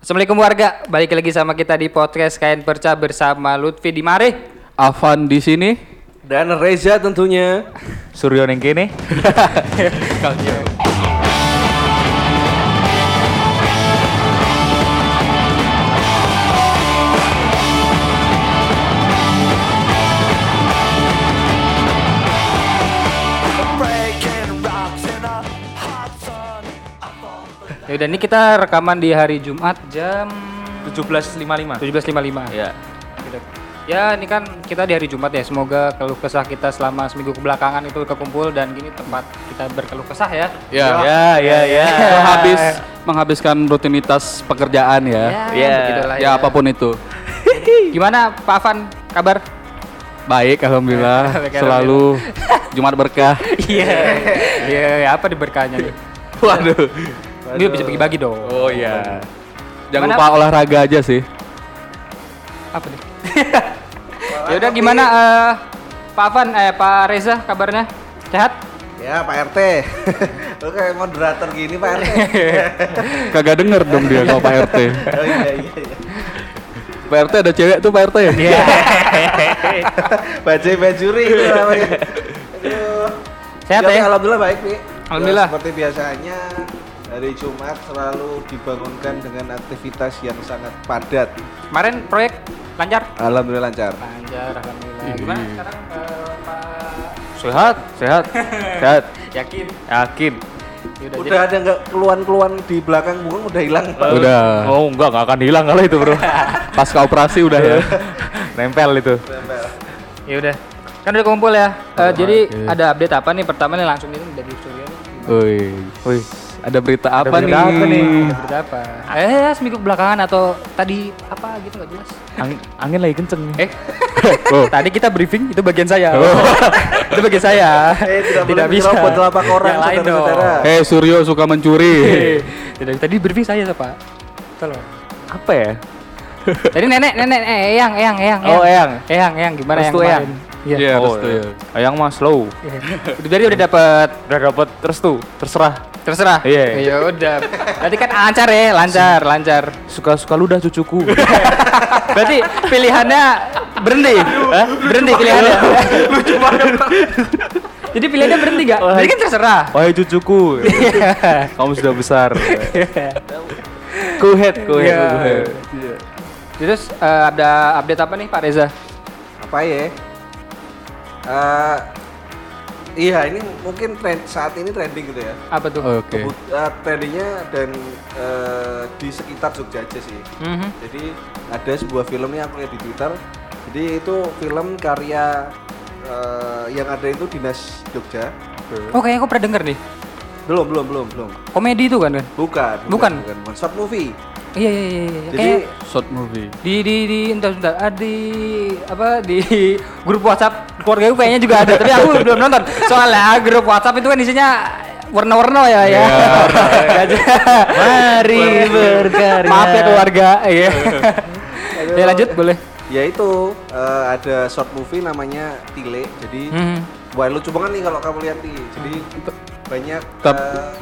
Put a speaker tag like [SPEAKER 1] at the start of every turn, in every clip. [SPEAKER 1] Assalamualaikum warga, balik lagi sama kita di podcast Kain Perca bersama Lutfi di Mare.
[SPEAKER 2] Avan di sini,
[SPEAKER 3] Dan Reza tentunya.
[SPEAKER 2] Suryo yang kene.
[SPEAKER 1] Ya udah ini kita rekaman di hari Jumat jam
[SPEAKER 2] 1755.
[SPEAKER 1] 17.55.
[SPEAKER 2] Ya.
[SPEAKER 1] Gitu. Ya ini kan kita di hari Jumat ya, semoga keluh kesah kita selama seminggu kebelakangan itu kekumpul dan gini tempat kita berkeluh kesah ya.
[SPEAKER 2] Ya. Ya, ya, ya. Menghabis menghabiskan rutinitas pekerjaan ya.
[SPEAKER 1] Ya,
[SPEAKER 2] Ya,
[SPEAKER 1] begitulah
[SPEAKER 2] ya
[SPEAKER 1] ya.
[SPEAKER 2] apapun itu.
[SPEAKER 1] Gimana Pak Afan kabar?
[SPEAKER 2] Ya, Baik, alhamdulillah.
[SPEAKER 1] Baik,
[SPEAKER 2] Selalu Jumat berkah.
[SPEAKER 1] Iya. Iya, apa di berkahnya nih?
[SPEAKER 2] Waduh.
[SPEAKER 1] Ini bisa bagi-bagi dong.
[SPEAKER 2] Oh iya. Jangan
[SPEAKER 1] Gimana?
[SPEAKER 2] lupa olahraga aja sih.
[SPEAKER 1] Apa nih? ya udah gimana eh, Pak Afan eh Pak Reza kabarnya? Sehat?
[SPEAKER 3] Ya Pak RT. Lu kayak moderator gini Pak RT.
[SPEAKER 2] Kagak denger dong dia kalau Pak RT.
[SPEAKER 3] oh iya iya. iya.
[SPEAKER 2] Pak RT ada cewek tuh Pak RT ya? Iya.
[SPEAKER 3] Bajai bajuri itu namanya. Aduh.
[SPEAKER 1] Sehat
[SPEAKER 3] Tapi
[SPEAKER 1] ya?
[SPEAKER 3] Alhamdulillah baik, Pi.
[SPEAKER 1] Alhamdulillah.
[SPEAKER 3] Ya, seperti biasanya hari Jumat selalu dibangunkan dengan aktivitas yang sangat padat.
[SPEAKER 1] Kemarin proyek lancar? Hmm.
[SPEAKER 3] Alhamdulillah lancar.
[SPEAKER 1] Lancar, alhamdulillah. Gimana sekarang eh, Pak?
[SPEAKER 2] Sehat, sehat, sehat.
[SPEAKER 1] Yakin?
[SPEAKER 2] Yakin.
[SPEAKER 1] Yaudah,
[SPEAKER 3] Udah ada nggak keluhan-keluhan di belakang burung udah hilang Pak?
[SPEAKER 2] Udah.
[SPEAKER 4] Oh enggak, enggak akan hilang kalau itu bro
[SPEAKER 2] Pasca operasi udah ya.
[SPEAKER 4] Nempel itu
[SPEAKER 3] Nempel.
[SPEAKER 1] jadi- yaudah. Kan udah kumpul ya. Eh, jadi ada update apa nih? Pertama nih langsung ini dari Surya nih.
[SPEAKER 2] Woi, woi, ada berita apa nih?
[SPEAKER 4] berita apa nih?
[SPEAKER 1] Ada berita apa? Eh, seminggu belakangan atau tadi apa gitu nggak jelas.
[SPEAKER 4] Ang- Angin lagi kenceng nih
[SPEAKER 1] Eh,
[SPEAKER 2] Oh.
[SPEAKER 1] tadi kita briefing itu bagian saya. itu bagian saya.
[SPEAKER 3] Eh, tidak boleh menyerobot lapak orang,
[SPEAKER 1] Yang lain dong.
[SPEAKER 3] saudara-saudara.
[SPEAKER 2] Eh, Suryo suka mencuri.
[SPEAKER 1] Eh, Tidak, tadi briefing saya Pak. Tolong.
[SPEAKER 4] Apa ya?
[SPEAKER 1] Tadi nenek, nenek, eh, eyang, eyang, eyang.
[SPEAKER 4] Oh, Eyang.
[SPEAKER 1] Eyang, eyang, gimana yang
[SPEAKER 4] Restu Eyang?
[SPEAKER 1] kemarin? Iya.
[SPEAKER 2] Iya,
[SPEAKER 4] Oh,
[SPEAKER 2] restu ya.
[SPEAKER 4] Ayang mah slow
[SPEAKER 1] Udah jadi udah dapet
[SPEAKER 4] Udah dapet restu, terserah
[SPEAKER 1] terserah.
[SPEAKER 4] Iya.
[SPEAKER 1] Ya udah. Berarti kan lancar ya, lancar, lancar.
[SPEAKER 4] Suka-suka ludah cucuku
[SPEAKER 1] Berarti pilihannya berhenti. Hah? Berhenti pilihannya. Lucu banget. Jadi pilihannya berhenti gak? Jadi kan terserah.
[SPEAKER 4] Wahai cucuku
[SPEAKER 1] Iya.
[SPEAKER 4] Eh, Kamu sudah besar Iya. Kuhet, kuhet,
[SPEAKER 1] Iya.
[SPEAKER 4] kuhet.
[SPEAKER 1] Terus eh, ada update apa nih Pak Reza?
[SPEAKER 3] apa ya? Eh, iya ini mungkin trend saat ini trending gitu ya.
[SPEAKER 1] Apa tuh?
[SPEAKER 2] Oke.
[SPEAKER 3] Kebut- eh, trendingnya dan eh, di sekitar Jogja aja sih.
[SPEAKER 1] Mhm.
[SPEAKER 3] Jadi ada sebuah film yang aku lihat di Twitter. Jadi itu film karya eh, yang ada itu dinas Jogja.
[SPEAKER 1] Oh kayaknya aku pernah denger nih.
[SPEAKER 3] Belum belum belum belum.
[SPEAKER 1] Komedi itu kan kan?
[SPEAKER 3] Bukan
[SPEAKER 1] Bukan.
[SPEAKER 3] bukan. Short movie.
[SPEAKER 1] Iya iya iya. iya.
[SPEAKER 3] Jadi
[SPEAKER 1] Kayak
[SPEAKER 2] Short movie.
[SPEAKER 1] di di di entar entar ah, di apa di grup WhatsApp keluarga gue kayaknya juga ada tapi aku belum nonton soalnya grup WhatsApp itu kan isinya warna-warna ya ya Gak ada.
[SPEAKER 4] Mari berkarya
[SPEAKER 1] maaf ya keluarga iya
[SPEAKER 3] Aduh.
[SPEAKER 1] ya lanjut boleh
[SPEAKER 3] ya itu eh, ada short movie namanya Tile. Jadi
[SPEAKER 1] Mhm.
[SPEAKER 3] Wah lucu banget nih kalau kamu lihat nih. Jadi banyak
[SPEAKER 2] Tep-
[SPEAKER 3] eh,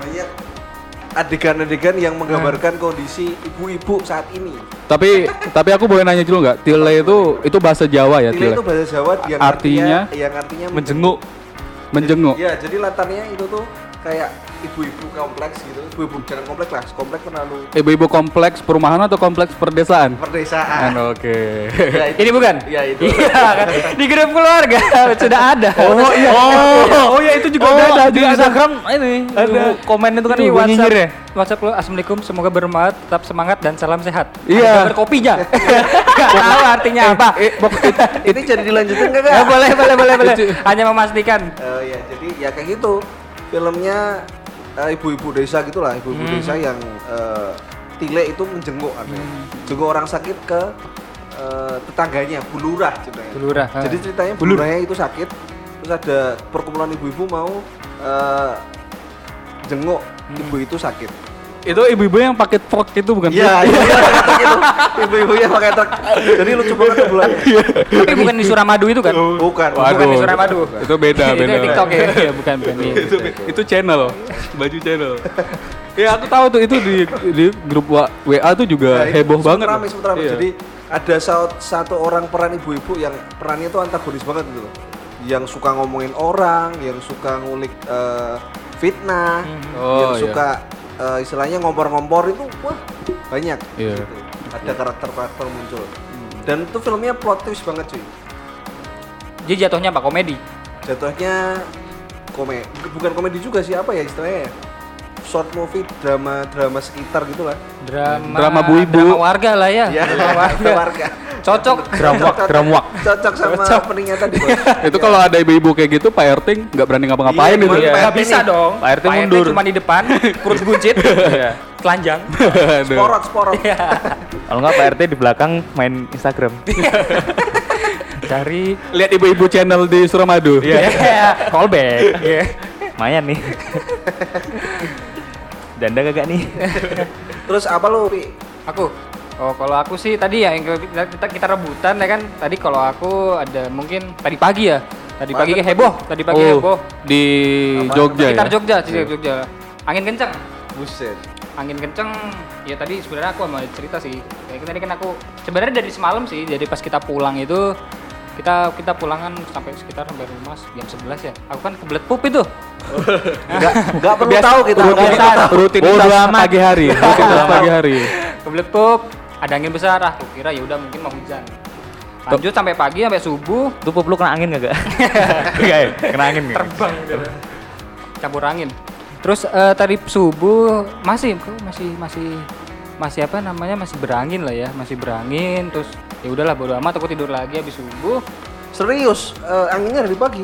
[SPEAKER 3] banyak adegan-adegan yang menggambarkan kondisi ibu-ibu saat ini.
[SPEAKER 2] Tapi tapi aku boleh nanya dulu nggak? Tile itu itu bahasa Jawa ya,
[SPEAKER 3] Tile
[SPEAKER 2] tile.
[SPEAKER 3] itu bahasa Jawa yang
[SPEAKER 2] Artinya?
[SPEAKER 3] yang artinya
[SPEAKER 4] Menjenguk
[SPEAKER 2] Menjenguk.
[SPEAKER 3] Ya, jadi latarnya itu tuh kayak ibu-ibu kompleks gitu. Ibu-ibu jangan kompleks lah, kompleks terlalu
[SPEAKER 2] Ibu-ibu kompleks perumahan atau kompleks perdesaan?
[SPEAKER 3] perdesaan.
[SPEAKER 2] Kan, Oke.
[SPEAKER 3] Ya, itu-
[SPEAKER 1] ini bukan
[SPEAKER 3] Ya itu.
[SPEAKER 1] iya kan? di grup keluarga sudah ada
[SPEAKER 4] Oh iya, oh, iya itu juga
[SPEAKER 2] Oh,
[SPEAKER 4] ada, ada
[SPEAKER 2] di
[SPEAKER 4] di Instagram ini ada. komen itu kan
[SPEAKER 1] Ini
[SPEAKER 4] ibu nyinyir ya.
[SPEAKER 1] WhatsApp, WhatsApp lu assalamualaikum semoga bermanfaat tetap semangat dan salam sehat.
[SPEAKER 2] Iya.
[SPEAKER 1] Ada gambar kopinya. Gak tahu artinya apa.
[SPEAKER 4] Eh,
[SPEAKER 3] ini jadi dilanjutin enggak,
[SPEAKER 1] Ya,
[SPEAKER 3] Kak?
[SPEAKER 1] boleh boleh boleh boleh. Hanya memastikan.
[SPEAKER 3] Eh, ya jadi ya kayak gitu filmnya eh, ibu-ibu desa gitulah ibu-ibu
[SPEAKER 1] Hmm.
[SPEAKER 3] desa yang eh, tile itu menjenguk artinya
[SPEAKER 1] Hmm.
[SPEAKER 3] jenguk orang sakit ke eh, tetangganya bulurah ceritanya
[SPEAKER 1] Bulurah, ha.
[SPEAKER 3] jadi ceritanya bulurahnya itu sakit terus ada
[SPEAKER 1] Hmm.
[SPEAKER 3] perkumpulan ibu-ibu mau eh, jenguk ibu itu sakit
[SPEAKER 2] Itu ibu-ibu yang pakai fork itu bukan?
[SPEAKER 3] Iya, iya, gitu. ibu-ibu yang pakai truk. Jadi lucu banget tuh bulan.
[SPEAKER 1] Iya. Tapi bukan di Suramadu itu kan? Bukan
[SPEAKER 3] Bukan.
[SPEAKER 1] di
[SPEAKER 2] Waduh.
[SPEAKER 1] Suramadu.
[SPEAKER 2] Itu beda,
[SPEAKER 1] Itu
[SPEAKER 2] beda.
[SPEAKER 1] TikTok ya. Iya, bukan bukan.
[SPEAKER 2] itu, itu channel, baju channel. Ya aku tahu tuh itu di di grup wa- WA tuh juga
[SPEAKER 3] Nah, itu
[SPEAKER 2] heboh
[SPEAKER 3] sempat
[SPEAKER 2] banget.
[SPEAKER 3] Rame, sempat rame.
[SPEAKER 2] Iya.
[SPEAKER 3] Jadi ada saut- satu orang peran ibu-ibu yang perannya itu antagonis banget gitu loh. Yang suka ngomongin orang, yang suka ngulik eh, fitnah,
[SPEAKER 2] Oh,
[SPEAKER 3] yang
[SPEAKER 2] iya.
[SPEAKER 3] suka eh, istilahnya ngompor-ngompor itu wah banyak.
[SPEAKER 2] Iya.
[SPEAKER 3] gitu. Ada karakter-karakter muncul. Dan itu filmnya plot twist banget cuy.
[SPEAKER 1] Jadi jatuhnya apa? Komedi.
[SPEAKER 3] Jatuhnya komedi, bukan komedi juga sih apa ya istilahnya ya? Short movie drama-drama sekitar gitu lah.
[SPEAKER 1] Drama
[SPEAKER 2] Drama bu-ibu.
[SPEAKER 1] drama warga lah ya.
[SPEAKER 3] Ya,
[SPEAKER 1] Drama warga.
[SPEAKER 3] warga.
[SPEAKER 1] Cocok.
[SPEAKER 4] Dramwak, dramwak.
[SPEAKER 3] Cocok sama peringatan di
[SPEAKER 2] itu kalau ada ibu-ibu kayak gitu Pak RT nggak berani ngapa-ngapain
[SPEAKER 3] Iya,
[SPEAKER 2] gitu
[SPEAKER 3] gimana,
[SPEAKER 2] ya.
[SPEAKER 1] Gak bisa dong.
[SPEAKER 4] Pak RT mundur.
[SPEAKER 1] cuma di depan, kurus buncit, telanjang.
[SPEAKER 2] Aduh.
[SPEAKER 3] Iya. sporot sporot.
[SPEAKER 4] Kalau nggak Pak RT di belakang main Instagram. Cari
[SPEAKER 2] Lihat ibu-ibu channel di Suramadu.
[SPEAKER 4] Iya. Callback. Lumayan nih. Janda kagak nih?
[SPEAKER 3] Terus apa lu? Pi?
[SPEAKER 1] Aku. Oh, kalau aku sih tadi ya yang kita, kita, kita rebutan ya kan. Tadi kalau aku ada mungkin tadi pagi ya. Tadi pagi
[SPEAKER 3] Banget.
[SPEAKER 1] heboh, tadi pagi heboh.
[SPEAKER 2] Oh, di Jogja ya.
[SPEAKER 1] Sekitar Jogja, sekitar Jogja. Angin kencang.
[SPEAKER 3] Buset.
[SPEAKER 1] Angin kencang. Ya tadi sebenarnya aku sama cerita sih. Kayak tadi kan aku sebenarnya dari semalam sih. Jadi pas kita pulang itu kita kita pulangan sampai sekitar sampai rumah jam 11 ya. Aku kan kebelet pup itu.
[SPEAKER 3] Enggak enggak perlu
[SPEAKER 2] Biasa-
[SPEAKER 3] tahu kita.
[SPEAKER 2] rutinitas- Oh, rutinitas pagi hari, rutinitas pagi hari.
[SPEAKER 1] Iya. kebelet pup, ada angin besar. Ah, aku kira ya udah mungkin mau hujan. Lanjut sampai pagi sampai subuh
[SPEAKER 4] Tuh pup lu kena angin kagak? Kagak ya? Kena angin nggak?
[SPEAKER 1] terbang campur angin terus eh, tadi subuh masih kok masih masih masih apa namanya masih berangin lah ya masih berangin terus ya udahlah bodo amat aku tidur lagi habis subuh
[SPEAKER 3] Serius, eh, anginnya dari pagi.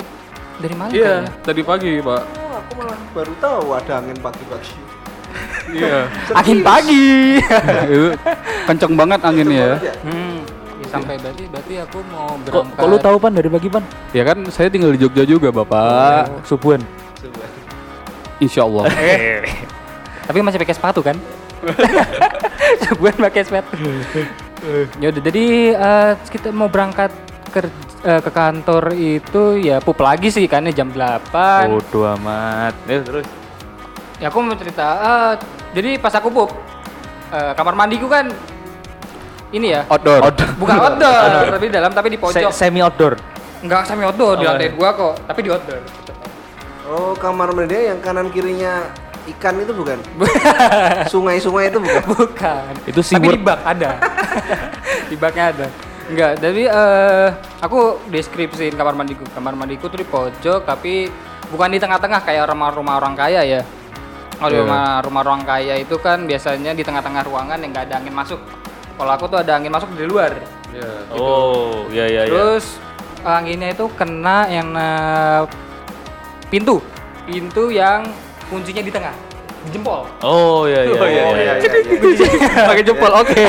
[SPEAKER 1] dari mana
[SPEAKER 2] Iya,
[SPEAKER 1] kayaknya?
[SPEAKER 2] tadi pagi, Pak.
[SPEAKER 3] Oh, aku malah baru tahu ada angin pagi-pagi.
[SPEAKER 2] Iya.
[SPEAKER 1] angin pagi
[SPEAKER 2] Itu kenceng banget anginnya ya.
[SPEAKER 3] Iya.
[SPEAKER 1] hmm, ya sampai berarti berarti aku mau
[SPEAKER 4] Kok,
[SPEAKER 1] berangkat
[SPEAKER 4] kok lu tahu pan dari pagi pan?
[SPEAKER 2] Ya kan saya tinggal di Jogja juga, Bapak.
[SPEAKER 4] Subuhan.
[SPEAKER 3] Coba.
[SPEAKER 2] Insya Allah.
[SPEAKER 4] Eh,
[SPEAKER 1] tapi masih pakai sepatu kan sebulan pakai sepatu ya udah jadi eh, kita mau berangkat ke ke kantor itu ya pup lagi sih karena jam 8
[SPEAKER 4] Bodoh amat. Ya, terus.
[SPEAKER 1] Ya aku mau cerita. eh, jadi pas aku pup, eh, kamar mandiku kan ini ya,
[SPEAKER 2] Outdoor.
[SPEAKER 1] bukan outdoor, tapi di dalam tapi di pojok.
[SPEAKER 4] Se- semi outdoor.
[SPEAKER 1] Enggak semi outdoor di lantai dua kok, tapi di outdoor.
[SPEAKER 3] Oh, kamar mandi yang kanan kirinya ikan itu bukan? Sungai-sungai itu bukan?
[SPEAKER 1] bukan.
[SPEAKER 4] Itu
[SPEAKER 1] tapi di
[SPEAKER 4] seaward.
[SPEAKER 1] bak ada. di baknya ada. Enggak, tapi eh, aku deskripsiin kamar mandiku. Kamar mandiku tuh di pojok tapi bukan di tengah-tengah kayak rumah-rumah orang kaya ya. Kalau di rumah rumah orang kaya itu kan biasanya di tengah-tengah ruangan yang nggak ada angin masuk. Kalau aku tuh ada angin masuk dari luar.
[SPEAKER 4] Oh, iya iya
[SPEAKER 1] Terus anginnya itu kena yang eh, pintu, pintu yang kuncinya di tengah, di jempol.
[SPEAKER 4] Oh, iya iya.
[SPEAKER 3] Oh, iya, iya, iya.
[SPEAKER 1] Pakai jempol, oke.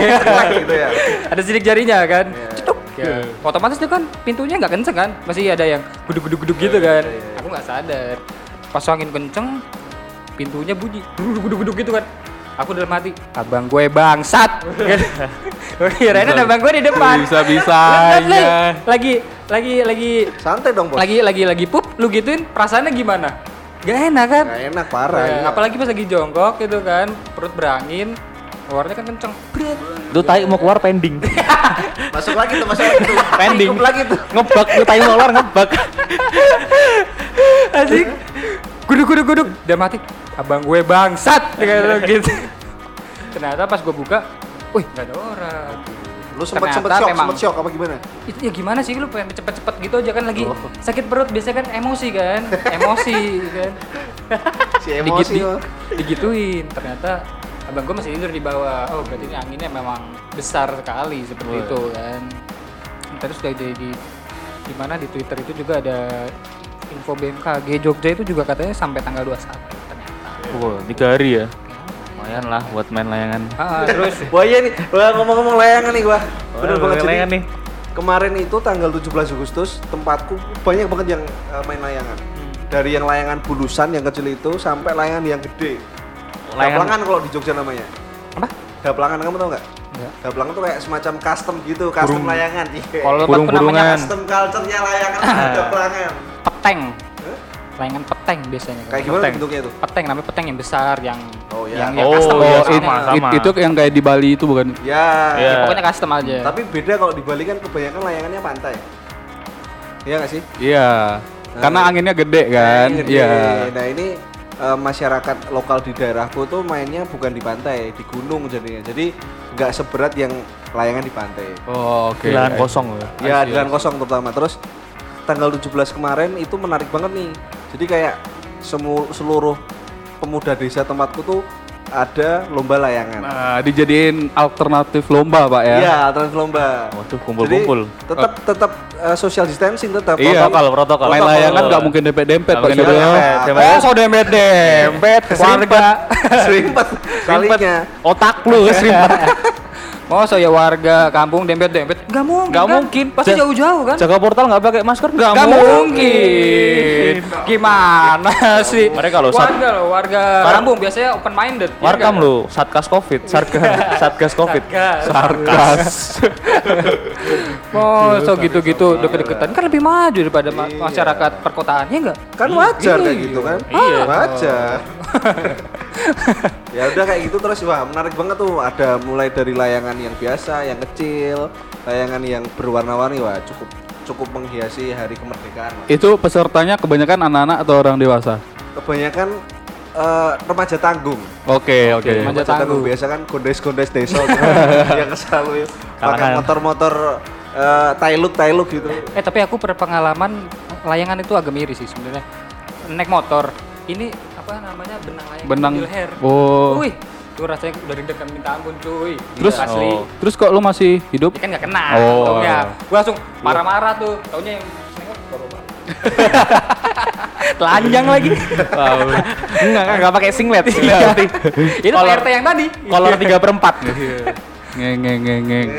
[SPEAKER 3] gitu ya.
[SPEAKER 1] ada sidik jarinya kan, cetuk. Ya. Otomatis itu kan pintunya nggak kenceng kan, masih ada yang guduk-guduk-guduk gitu kan. Aku nggak sadar. Pas angin kenceng, pintunya bunyi, guduk-guduk gitu kan. Aku dalam hati, abang gue bangsat. Kirain ada abang gue di depan. Lihat,
[SPEAKER 2] Bisa-bisanya.
[SPEAKER 1] lihat, Lagi, lagi, lagi
[SPEAKER 3] Santai dong, Bos.
[SPEAKER 1] lagi lagi lagi pup lu gituin perasaannya gimana gak enak kan
[SPEAKER 3] Nggak enak parah.
[SPEAKER 1] Nah,
[SPEAKER 3] iya.
[SPEAKER 1] apalagi pas lagi jongkok gitu kan perut berangin keluarnya kan kenceng Bret.
[SPEAKER 4] Itu tai mau keluar pending.
[SPEAKER 3] Masuk lagi tuh, masuk lagi tuh.
[SPEAKER 4] pending.
[SPEAKER 3] Cukup lagi tuh.
[SPEAKER 4] ngebak, tuh tai mau keluar ngebak.
[SPEAKER 1] asik guduk guduk guduk udah mati abang gue bangsat kayak gitu ternyata pas gue buka wih gak ada orang
[SPEAKER 3] Lu sempet sempet
[SPEAKER 1] Ternyata
[SPEAKER 3] shock,
[SPEAKER 1] memang-
[SPEAKER 3] sempet shock apa gimana?
[SPEAKER 1] itu ya gimana sih lu pengen cepet-cepet gitu aja kan
[SPEAKER 3] Oh.
[SPEAKER 1] lagi sakit perut biasanya kan emosi kan emosi kan
[SPEAKER 3] Si
[SPEAKER 1] Digit,
[SPEAKER 3] emosi.
[SPEAKER 1] di-
[SPEAKER 3] lo.
[SPEAKER 1] Iya. digituin ternyata abang gue masih tidur di bawah oh berarti ini anginnya memang besar sekali seperti itu kan terus udah jadi di- di mana di Twitter itu juga ada info BMKG Jogja itu juga katanya sampai tanggal 21 ternyata
[SPEAKER 4] Wah, tiga hari ya. Lumayan lah buat main layangan.
[SPEAKER 1] Ah, terus
[SPEAKER 3] Wah iya nih, wah ngomong-ngomong layangan nih gua. Bener
[SPEAKER 4] Wah,
[SPEAKER 3] banget jadi
[SPEAKER 4] layangan nih.
[SPEAKER 3] Kemarin itu tanggal 17 Agustus tempatku banyak banget yang eh, main layangan. Dari yang layangan bulusan yang kecil itu sampai layangan yang gede.
[SPEAKER 4] layangan
[SPEAKER 3] Daplangan kalau di Jogja namanya.
[SPEAKER 1] Apa?
[SPEAKER 3] Daplangan kamu tau nggak?
[SPEAKER 1] Nggak.
[SPEAKER 3] Daplangan tuh kayak semacam custom gitu, custom
[SPEAKER 2] Burung.
[SPEAKER 3] layangan. Iya.
[SPEAKER 1] Kalau tempat
[SPEAKER 4] Burung-burungan.
[SPEAKER 1] namanya
[SPEAKER 3] Custom culture-nya layangan sama daplangan.
[SPEAKER 1] peteng.
[SPEAKER 3] Hah?
[SPEAKER 1] Layangan peteng biasanya.
[SPEAKER 3] Kayak gimana
[SPEAKER 4] Peteng.
[SPEAKER 3] bentuknya tuh?
[SPEAKER 1] Peteng namanya peteng yang besar yang
[SPEAKER 3] Oh, iya.
[SPEAKER 1] yang, yang
[SPEAKER 4] Oh,
[SPEAKER 1] custom
[SPEAKER 4] iya,
[SPEAKER 1] biasanya.
[SPEAKER 4] sama, sama.
[SPEAKER 2] It- itu yang kayak di Bali itu bukan?
[SPEAKER 3] Ya.
[SPEAKER 4] Iya.
[SPEAKER 1] Pokoknya custom aja.
[SPEAKER 3] Tapi beda kalau di Bali kan kebanyakan layangannya pantai. Iya nggak sih?
[SPEAKER 2] Iya. Karena anginnya gede kan?
[SPEAKER 3] Nah, ini-
[SPEAKER 2] Iya.
[SPEAKER 3] Nah ini eh, masyarakat lokal di daerahku tuh mainnya bukan di pantai, di gunung jadinya. Jadi nggak seberat yang layangan di pantai.
[SPEAKER 2] Oh, oke.
[SPEAKER 4] di lahan kosong ya.
[SPEAKER 3] Ya di lahan kosong terutama. Terus tanggal 17 kemarin itu menarik banget nih. Jadi kayak semu- seluruh pemuda desa tempatku tuh ada lomba layangan.
[SPEAKER 2] Nah, dijadiin alternatif lomba, Pak ya.
[SPEAKER 3] Iya, terus lomba.
[SPEAKER 4] Waduh, kumpul-kumpul.
[SPEAKER 3] Jadi Tetap tetap eh, social distancing tetap.
[SPEAKER 2] Iya.
[SPEAKER 4] Protokol, protokol.
[SPEAKER 2] Main
[SPEAKER 4] Protokol.
[SPEAKER 2] layangan nggak mungkin dempet-dempet,
[SPEAKER 4] Nggak
[SPEAKER 2] Pak.
[SPEAKER 4] mungkin
[SPEAKER 2] Suryo.
[SPEAKER 4] dempet. Coba ya.
[SPEAKER 1] Oh, so dempet dempet warga.
[SPEAKER 3] Serimpet kalinya.
[SPEAKER 4] Otak lu keserimpet.
[SPEAKER 1] Oh, so ya warga kampung dempet dempet. Gak mungkin.
[SPEAKER 4] Nggak
[SPEAKER 1] kan?
[SPEAKER 4] mungkin.
[SPEAKER 1] Pasti
[SPEAKER 4] Ja-
[SPEAKER 1] jauh-jauh kan?
[SPEAKER 4] Jaga portal nggak pakai masker nggak
[SPEAKER 1] Gak mungkin.
[SPEAKER 4] mungkin.
[SPEAKER 1] Gimana sih?
[SPEAKER 4] Mereka loh, sat-
[SPEAKER 1] warga loh, warga
[SPEAKER 4] Warga-
[SPEAKER 1] kampung biasanya iya open minded.
[SPEAKER 4] Warkam lu, Satgas Covid, Sarga, Satgas Covid.
[SPEAKER 2] Sarkas.
[SPEAKER 1] Oh, so gitu-gitu deket-deketan kan lebih maju daripada
[SPEAKER 2] Iya.
[SPEAKER 1] ma- masyarakat perkotaan ya enggak?
[SPEAKER 3] Kan wajar kayak gitu kan?
[SPEAKER 4] Iya.
[SPEAKER 3] Wajar. ya udah kayak gitu terus wah menarik banget tuh ada mulai dari layangan yang biasa, yang kecil, layangan yang berwarna-warni wah cukup cukup menghiasi hari kemerdekaan. lah.
[SPEAKER 2] itu pesertanya kebanyakan anak-anak atau orang dewasa?
[SPEAKER 3] Kebanyakan eh, remaja tanggung.
[SPEAKER 2] Oke, oke.
[SPEAKER 4] Iya,
[SPEAKER 1] Remaja
[SPEAKER 3] Remaja tanggung
[SPEAKER 1] tanggung.
[SPEAKER 3] biasa kan gondes-gondes desa tuh, kan, yang selalu pakai
[SPEAKER 4] Kalangan.
[SPEAKER 3] motor-motor eh, tailuk-tailuk gitu.
[SPEAKER 1] Eh tapi aku berpengalaman layangan itu agak miris sih sebenarnya. Naik motor. Ini apa namanya benang layangan
[SPEAKER 2] Benang.
[SPEAKER 1] di leher.
[SPEAKER 2] Oh.
[SPEAKER 1] Wih, itu rasanya udah deg-degan minta ampun cuy. Iya,
[SPEAKER 2] Terus
[SPEAKER 1] asli.
[SPEAKER 2] oh. terus kok lu masih hidup?
[SPEAKER 1] Ya kan nggak kena.
[SPEAKER 2] Oh.
[SPEAKER 1] untungnya. Gua langsung marah-marah tuh. Taunya yang telanjang lagi.
[SPEAKER 4] Enggak, enggak pakai singlet.
[SPEAKER 2] Iya.
[SPEAKER 1] itu
[SPEAKER 4] Kolor-
[SPEAKER 1] PRT yang tadi.
[SPEAKER 4] Kolor 3 per 4.
[SPEAKER 2] Ngeng ngeng ngeng ngeng.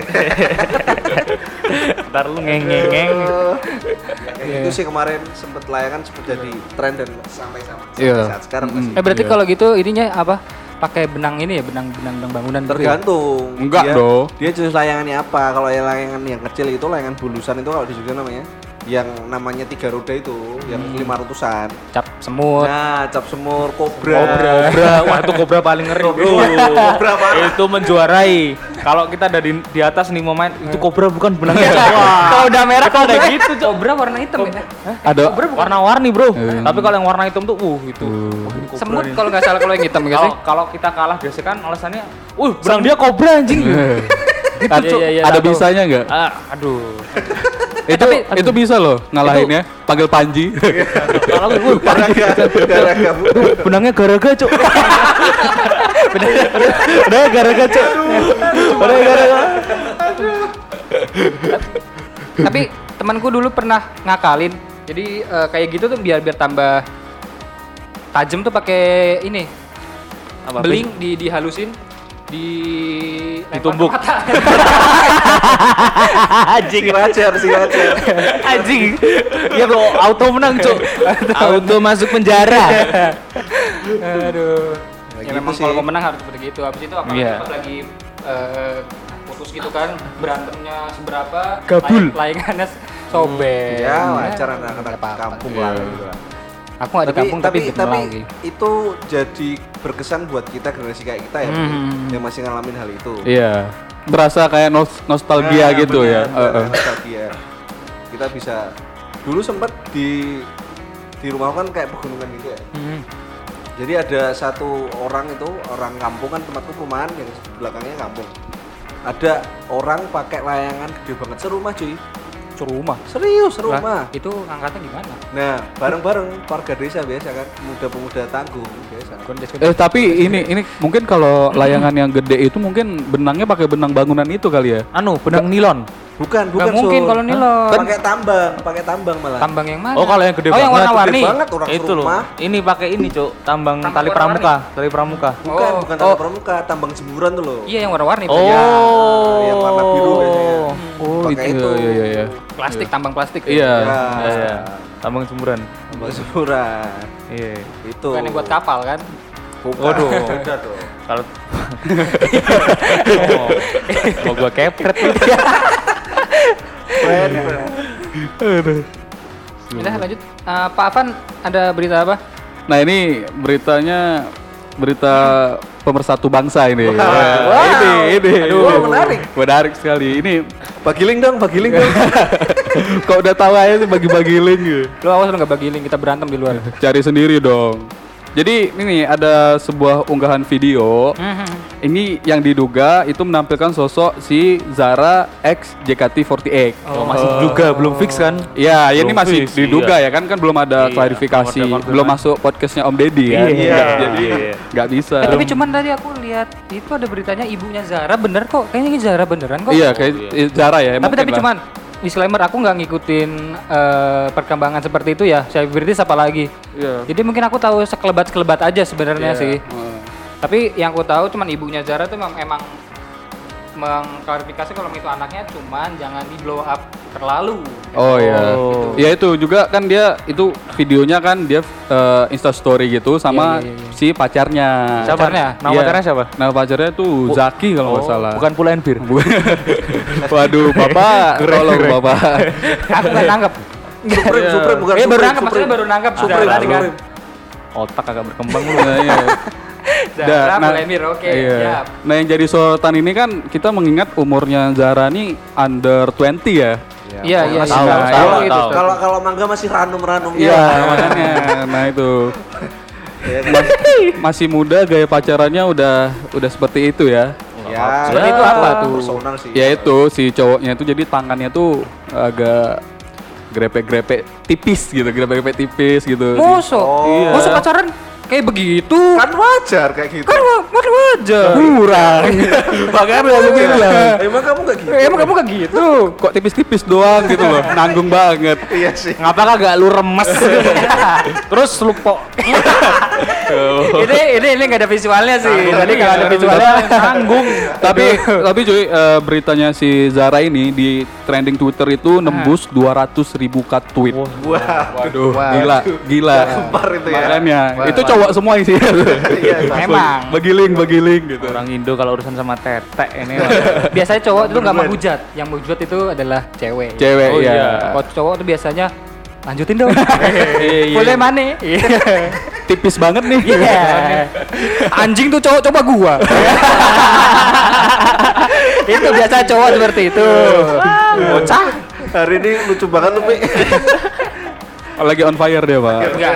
[SPEAKER 4] Ntar lu ngengengeng.
[SPEAKER 3] Kayak
[SPEAKER 1] Iya.
[SPEAKER 3] gitu sih kemarin sempet layangan sempet jadi tren dan sampai sama
[SPEAKER 2] Iya.
[SPEAKER 3] sampai saat sekarang masih.
[SPEAKER 1] Eh berarti
[SPEAKER 2] Iya.
[SPEAKER 1] kalau gitu ininya apa? Pakai benang ini ya, benang-benang benang bangunan gitu ya?
[SPEAKER 3] Tergantung.
[SPEAKER 2] Enggak
[SPEAKER 3] dia,
[SPEAKER 2] dong.
[SPEAKER 3] Dia jenis layangannya apa? Kalau yang layangan yang kecil itu layangan bulusan itu kalau di Jogja namanya yang namanya tiga roda itu yang lima ratusan.
[SPEAKER 1] Cap semut.
[SPEAKER 3] Nah, cap semur, kobra.
[SPEAKER 4] Kobra, kobra. Wah, itu kobra paling ngeri, Bro.
[SPEAKER 3] Kobra parah.
[SPEAKER 4] itu menjuarai. Kalau kita ada di, di atas nih mau main, itu kobra bukan ya. benangnya.
[SPEAKER 1] Kalau udah merah
[SPEAKER 4] Kita Iya. udah
[SPEAKER 1] kobra-
[SPEAKER 4] gitu, Cok.
[SPEAKER 1] Kobra warna hitam ya. Hah?
[SPEAKER 2] Ada
[SPEAKER 4] Warna-warni, Bro.
[SPEAKER 2] Iya.
[SPEAKER 4] Tapi kalau yang warna hitam tuh uh gitu.
[SPEAKER 1] Semut kalau nggak salah kalau yang hitam gitu
[SPEAKER 4] Kalau
[SPEAKER 1] sih.
[SPEAKER 4] kalau kita kalah biasanya kan alasannya, "Uh, benang dia kobra anjing."
[SPEAKER 2] Iya, Ad-
[SPEAKER 4] Iya, iya, iya,
[SPEAKER 2] ada
[SPEAKER 4] tahu.
[SPEAKER 2] bisanya nggak?
[SPEAKER 4] Ah, aduh.
[SPEAKER 2] itu itu bisa loh ngalahinnya. Panggil Panji.
[SPEAKER 4] Kalau gue
[SPEAKER 3] Garaga, garaga.
[SPEAKER 4] benangnya garaga, Cok. Benangnya garaga, Cok. Benangnya garaga.
[SPEAKER 1] Tapi temanku dulu pernah ngakalin. Jadi eh, kayak gitu tuh biar biar tambah tajam tuh pakai ini.
[SPEAKER 4] Apa,
[SPEAKER 1] beling di dihalusin di
[SPEAKER 4] Ditumbuk.
[SPEAKER 3] Si Racer, si Racer.
[SPEAKER 4] Anjing. Ya bro, auto menang, Cuk. auto masuk penjara.
[SPEAKER 1] Aduh.
[SPEAKER 3] Ya
[SPEAKER 1] Ya,
[SPEAKER 3] gitu
[SPEAKER 1] memang
[SPEAKER 3] sih.
[SPEAKER 1] kalau mau menang harus seperti itu. Habis itu apa
[SPEAKER 4] Iya.
[SPEAKER 1] lagi eh, putus gitu kan berantemnya seberapa
[SPEAKER 4] Gabul.
[SPEAKER 1] lay- layangannya se- sobek.
[SPEAKER 3] ya, wajar anak-anak
[SPEAKER 1] Nggak apa-apa.
[SPEAKER 3] kampung lah gitu lah.
[SPEAKER 1] Aku nggak di kampung tapi tapi, lagi.
[SPEAKER 3] itu jadi berkesan buat kita generasi kayak kita ya mungkin,
[SPEAKER 1] Hmm.
[SPEAKER 3] yang masih ngalamin hal itu.
[SPEAKER 2] Iya. Berasa kayak nos- nostalgia
[SPEAKER 3] Nah,
[SPEAKER 2] gitu
[SPEAKER 3] benar,
[SPEAKER 2] ya.
[SPEAKER 3] benar,
[SPEAKER 2] Heeh.
[SPEAKER 3] nostalgia. Kita bisa dulu sempat di di rumah kan kayak pegunungan gitu ya.
[SPEAKER 1] Hmm.
[SPEAKER 3] Jadi ada satu orang itu orang kampung kan tempatku perumahan yang belakangnya kampung. Ada orang pakai layangan gede banget serumah cuy.
[SPEAKER 1] Serumah. Lah,
[SPEAKER 3] Serius serumah.
[SPEAKER 1] Itu angkatnya gimana?
[SPEAKER 3] Nah, bareng-bareng warga desa biasa kan, pemuda-pemuda tanggung biasa.
[SPEAKER 2] Eh tapi ini ini mungkin kalau layangan yang gede itu mungkin benangnya pakai benang bangunan itu kali ya.
[SPEAKER 4] Anu, benang nilon.
[SPEAKER 3] Bukan, bukan.
[SPEAKER 1] Nggak mungkin
[SPEAKER 3] Sur.
[SPEAKER 1] kalau Kan- nilon.
[SPEAKER 3] Hah? Pakai tambang, pakai tambang malah.
[SPEAKER 1] Tambang yang mana?
[SPEAKER 4] Oh, kalau yang gede
[SPEAKER 1] Oh, yang
[SPEAKER 4] banget.
[SPEAKER 1] warna-warni.
[SPEAKER 3] Gede banget orang
[SPEAKER 4] Itu loh.
[SPEAKER 3] serumah.
[SPEAKER 4] Ini pakai ini, Cuk. Tambang
[SPEAKER 1] Tambang
[SPEAKER 4] tali
[SPEAKER 1] warna-warni.
[SPEAKER 4] pramuka, tali pramuka.
[SPEAKER 3] Bukan,
[SPEAKER 1] Oh,
[SPEAKER 3] bukan tambang pramuka, tambang semburan tuh loh.
[SPEAKER 1] Iya, yang warna-warni.
[SPEAKER 4] Oh.
[SPEAKER 1] Pak.
[SPEAKER 3] yang warna biru biasanya. Pakai itu.
[SPEAKER 2] Iya iya iya.
[SPEAKER 1] Plastik, tambang plastik.
[SPEAKER 2] Iya.
[SPEAKER 3] Ya,
[SPEAKER 4] Iya, iya. Tambang semburan.
[SPEAKER 3] tambang semburan.
[SPEAKER 4] Iya.
[SPEAKER 3] Itu.
[SPEAKER 1] Bukan yang buat kapal kan?
[SPEAKER 3] Bukan.
[SPEAKER 4] Waduh.
[SPEAKER 3] Beda dong.
[SPEAKER 4] Kalau mau, mau gua kepret nih.
[SPEAKER 3] Iya. Beda.
[SPEAKER 4] Iya.
[SPEAKER 1] Udah lanjut. Eh, Pak Afan ada berita apa?
[SPEAKER 2] Nah ini beritanya berita pemersatu bangsa ini. Wah, Ini, ini.
[SPEAKER 3] Aduh, menarik.
[SPEAKER 2] Menarik sekali. Ini
[SPEAKER 3] Bagi link dong, bagi link dong.
[SPEAKER 2] kok udah tahu aja tuh bagi-bagi link. ya.
[SPEAKER 1] Lu awas lu nggak bagi link kita berantem di luar.
[SPEAKER 2] Cari sendiri dong. Jadi ini nih, ada sebuah unggahan video.
[SPEAKER 4] Mm-hmm.
[SPEAKER 2] Ini yang diduga itu menampilkan sosok si Zara X JKT48.
[SPEAKER 4] Oh, masih juga belum fix kan?
[SPEAKER 2] Ya, ya ini
[SPEAKER 4] Belum
[SPEAKER 2] masih
[SPEAKER 4] fix,
[SPEAKER 2] diduga ya kan kan belum ada
[SPEAKER 4] Iya,
[SPEAKER 2] klarifikasi,
[SPEAKER 4] belum ada
[SPEAKER 2] belum masuk podcastnya Om Deddy ya.
[SPEAKER 4] Iya.
[SPEAKER 2] Jadi
[SPEAKER 4] Iya.
[SPEAKER 2] nggak bisa.
[SPEAKER 1] Eh, tapi cuman tadi aku lihat itu ada beritanya ibunya Zara bener kok. Kayaknya ini Zara beneran kok.
[SPEAKER 2] Iya, kayak Zara
[SPEAKER 1] tapi
[SPEAKER 2] ya. mungkin
[SPEAKER 1] tapi
[SPEAKER 2] lah.
[SPEAKER 1] cuman disclaimer aku nggak ngikutin eh, perkembangan seperti itu ya. Saya berarti apa lagi?
[SPEAKER 2] Iya.
[SPEAKER 1] Jadi mungkin aku tahu sekelebat-sekelebat aja sebenarnya sih.
[SPEAKER 2] Heeh.
[SPEAKER 1] Tapi yang aku tahu cuman ibunya Zara tuh memang, emang mengklarifikasi kalau itu anaknya cuman jangan di blow up terlalu.
[SPEAKER 2] Oh iya.
[SPEAKER 4] Oh.
[SPEAKER 2] Ya itu juga kan dia itu videonya kan dia eh, Insta story gitu sama
[SPEAKER 1] Iya, iya,
[SPEAKER 2] si pacarnya.
[SPEAKER 4] Siapa?
[SPEAKER 1] Pacarnya?
[SPEAKER 4] Nama
[SPEAKER 2] Iya.
[SPEAKER 4] pacarnya siapa?
[SPEAKER 2] Nama pacarnya tuh Zaki kalau
[SPEAKER 3] Oh.
[SPEAKER 2] nggak salah.
[SPEAKER 4] Oh, Bukan pula bir.
[SPEAKER 2] Waduh, Bapak, tolong Bapak.
[SPEAKER 1] aku nggak nangkep.
[SPEAKER 3] Supreme,
[SPEAKER 2] Iya.
[SPEAKER 3] Supreme bukan
[SPEAKER 1] eh baru
[SPEAKER 3] Supreme,
[SPEAKER 1] nangkep, maksudnya
[SPEAKER 3] Supreme.
[SPEAKER 1] baru nangkep
[SPEAKER 3] Supreme,
[SPEAKER 1] Zara dengan
[SPEAKER 3] Supreme.
[SPEAKER 4] Otak agak berkembang lu.
[SPEAKER 2] Nah, iya. Dah,
[SPEAKER 1] Zara Polemir, oke,
[SPEAKER 2] iya.
[SPEAKER 1] siap.
[SPEAKER 2] Nah yang jadi sorotan ini kan kita mengingat umurnya Zara nih under 20 ya.
[SPEAKER 1] Iya, iya, iya.
[SPEAKER 3] Masih tahu,
[SPEAKER 1] Tahu,
[SPEAKER 3] tahu,
[SPEAKER 1] tahu.
[SPEAKER 3] tahu. Kalau kalau mangga masih ranum-ranum
[SPEAKER 2] Iya, makanya. Nah itu
[SPEAKER 3] Iya, kan?
[SPEAKER 2] Mas- masih muda gaya pacarannya udah udah seperti itu ya.
[SPEAKER 3] Ya.
[SPEAKER 1] Seperti itu apa tuh?
[SPEAKER 3] Personal sih.
[SPEAKER 2] Ya itu si cowoknya itu jadi tangannya tuh agak grepek-grepek tipis gitu, grepek-grepek tipis gitu.
[SPEAKER 1] Musuh.
[SPEAKER 3] Iya.
[SPEAKER 1] Musuh pacaran kayak begitu.
[SPEAKER 3] Kan wajar kayak gitu.
[SPEAKER 1] Kan wa- kan wajar.
[SPEAKER 2] Kurang. Makanya aku bilang.
[SPEAKER 3] Emang kamu gak gitu?
[SPEAKER 1] Eh, Emang kamu kayak gitu?
[SPEAKER 2] Kok tipis-tipis doang gitu loh, nanggung banget.
[SPEAKER 3] Iya sih.
[SPEAKER 4] Ngapa kagak lu remes? Iya. Terus lu pok.
[SPEAKER 1] ini ini ini nggak ada visualnya sih.
[SPEAKER 2] Nah, iya.
[SPEAKER 1] Tadi kalau ada visualnya
[SPEAKER 4] tanggung.
[SPEAKER 2] tapi tapi cuy eh, beritanya si Zara ini di trending Twitter itu nembus 200 ribu cut tweet.
[SPEAKER 3] Wah.
[SPEAKER 2] Waduh, gila, gila.
[SPEAKER 3] Gempar itu ya.
[SPEAKER 2] Makanya, itu cowok semua sih.
[SPEAKER 3] Iya, Pak.
[SPEAKER 1] Emang.
[SPEAKER 2] bagi link, bagi link gitu.
[SPEAKER 4] Orang Indo kalau urusan sama tete ini.
[SPEAKER 1] Biasanya cowok itu nggak menghujat. Yang menghujat itu adalah cewek.
[SPEAKER 2] Cewek
[SPEAKER 4] Oh,
[SPEAKER 2] ya.
[SPEAKER 4] iya.
[SPEAKER 1] Kalau cowok itu biasanya lanjutin dong.
[SPEAKER 2] Iya.
[SPEAKER 1] Boleh mana?
[SPEAKER 2] Tipis banget nih.
[SPEAKER 1] Iya. Anjing tuh cowok coba gua. itu biasa cowok seperti itu. Bocah.
[SPEAKER 3] Hari ini lucu banget lu, Pi.
[SPEAKER 2] Lagi on fire dia, Pak.
[SPEAKER 3] Iya,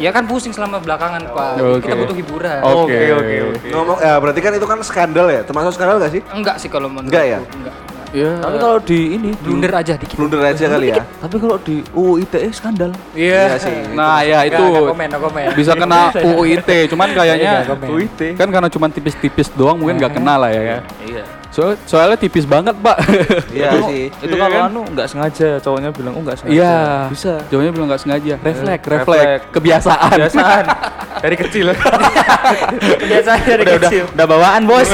[SPEAKER 1] Ya kan pusing selama belakangan, Pak.
[SPEAKER 2] Oke. Oh.
[SPEAKER 1] Kita butuh hiburan.
[SPEAKER 2] Oke, oke, oke.
[SPEAKER 3] Ngomong ya berarti kan itu kan skandal ya? Termasuk skandal gak sih?
[SPEAKER 1] Enggak sih kalau menurut
[SPEAKER 3] Enggak ya?
[SPEAKER 1] aku, Enggak. enggak.
[SPEAKER 4] Tapi kalau di ini di-
[SPEAKER 1] Blunder aja dikit.
[SPEAKER 3] Blunder aja kali ya.
[SPEAKER 4] tapi kalau di UU ITE eh, skandal.
[SPEAKER 3] Iya sih.
[SPEAKER 2] Nah, ya itu
[SPEAKER 1] Nggak, nggak komen, nggak komen.
[SPEAKER 2] bisa kena UU ITE, cuman kayaknya
[SPEAKER 1] Nggak komen.
[SPEAKER 2] kan karena cuman tipis-tipis doang mungkin nggak kena lah ya. ya.
[SPEAKER 4] Iya.
[SPEAKER 2] So- soalnya tipis banget, Pak.
[SPEAKER 3] Iya sih.
[SPEAKER 4] Itu kalau anu nggak sengaja cowoknya bilang oh nggak sengaja.
[SPEAKER 2] Iya.
[SPEAKER 4] Bisa.
[SPEAKER 2] Jawabnya bilang nggak sengaja. Refleks,
[SPEAKER 4] Eh, refleks.
[SPEAKER 2] refleks, kebiasaan.
[SPEAKER 4] Kebiasaan dari kecil.
[SPEAKER 1] Biasanya dari
[SPEAKER 4] udah, udah,
[SPEAKER 1] kecil.
[SPEAKER 4] udah bawaan bos.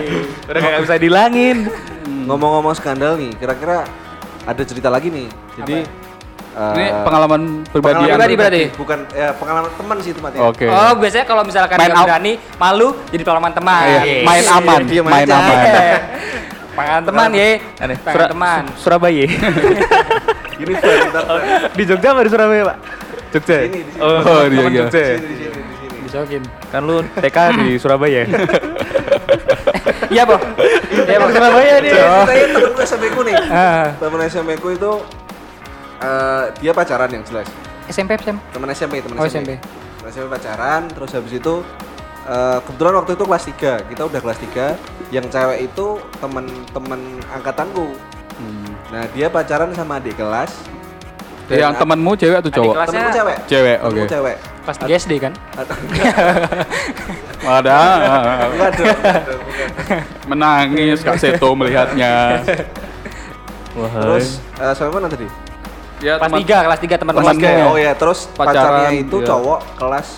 [SPEAKER 4] udah nggak bisa dilangin.
[SPEAKER 3] Ngomong-ngomong skandal nih, kira-kira ada cerita lagi nih. Jadi eh,
[SPEAKER 2] Ini pengalaman pribadi.
[SPEAKER 3] pengalaman
[SPEAKER 1] pribadi berarti?
[SPEAKER 3] Bukan ya pengalaman teman sih itu mati.
[SPEAKER 2] Oke.
[SPEAKER 1] Oh, biasanya kalau misalkan
[SPEAKER 2] Main
[SPEAKER 1] nggak
[SPEAKER 2] au-
[SPEAKER 1] berani, malu jadi pelawan teman.
[SPEAKER 2] Iya,
[SPEAKER 1] Yes.
[SPEAKER 2] Main aman,
[SPEAKER 3] Diem
[SPEAKER 2] main
[SPEAKER 3] aja.
[SPEAKER 2] aman.
[SPEAKER 1] Pangan teman ya.
[SPEAKER 4] Aneh.
[SPEAKER 1] Pangan teman.
[SPEAKER 4] Surabaya.
[SPEAKER 3] Ini buat ntar, ntar.
[SPEAKER 4] di Jogja apa di Surabaya, Pak? Jogja. ya?
[SPEAKER 3] Sini, di sini.
[SPEAKER 4] Oh,
[SPEAKER 2] Oh,
[SPEAKER 4] temen
[SPEAKER 2] iya, iya.
[SPEAKER 4] Jogja. ya?
[SPEAKER 3] Di sini, di sini.
[SPEAKER 1] Disokin.
[SPEAKER 4] Kan lu TK di Surabaya.
[SPEAKER 1] Iya, Bang. Iya, Bang.
[SPEAKER 4] Surabaya nih.
[SPEAKER 3] Ceritanya temen gue SMP ku nih.
[SPEAKER 1] Ah.
[SPEAKER 3] Temen SMP ku itu eh, dia pacaran yang jelas.
[SPEAKER 1] SMP, SMP.
[SPEAKER 3] Temen SMP, temen
[SPEAKER 1] Oh, SMP.
[SPEAKER 3] SMP. Temen SMP pacaran, terus habis itu eh, kebetulan waktu itu kelas 3. Kita udah kelas 3. Yang cewek itu temen-temen angkatanku. Nah, dia pacaran sama adik kelas. Dan
[SPEAKER 2] Iya, Yang
[SPEAKER 3] a-
[SPEAKER 2] temanmu cewek atau cowok?
[SPEAKER 1] kelas.
[SPEAKER 3] temenku cewek.
[SPEAKER 2] Cewek,
[SPEAKER 3] Temenku
[SPEAKER 2] oke.
[SPEAKER 3] cewek.
[SPEAKER 1] Pas di SD kan?
[SPEAKER 2] Ada.
[SPEAKER 3] Enggak dong, enggak dong, bukan.
[SPEAKER 2] Menangis Kak Seto melihatnya.
[SPEAKER 3] Terus eh, sampai mana tadi?
[SPEAKER 2] Ya,
[SPEAKER 1] Pas iya,
[SPEAKER 2] teman-
[SPEAKER 1] 3, kelas 3
[SPEAKER 3] Kelas
[SPEAKER 1] teman-teman.
[SPEAKER 2] Temanmu.
[SPEAKER 3] tiga, Oh ya, terus pacarnya
[SPEAKER 2] Pacaran,
[SPEAKER 3] itu
[SPEAKER 2] iya.
[SPEAKER 3] cowok kelas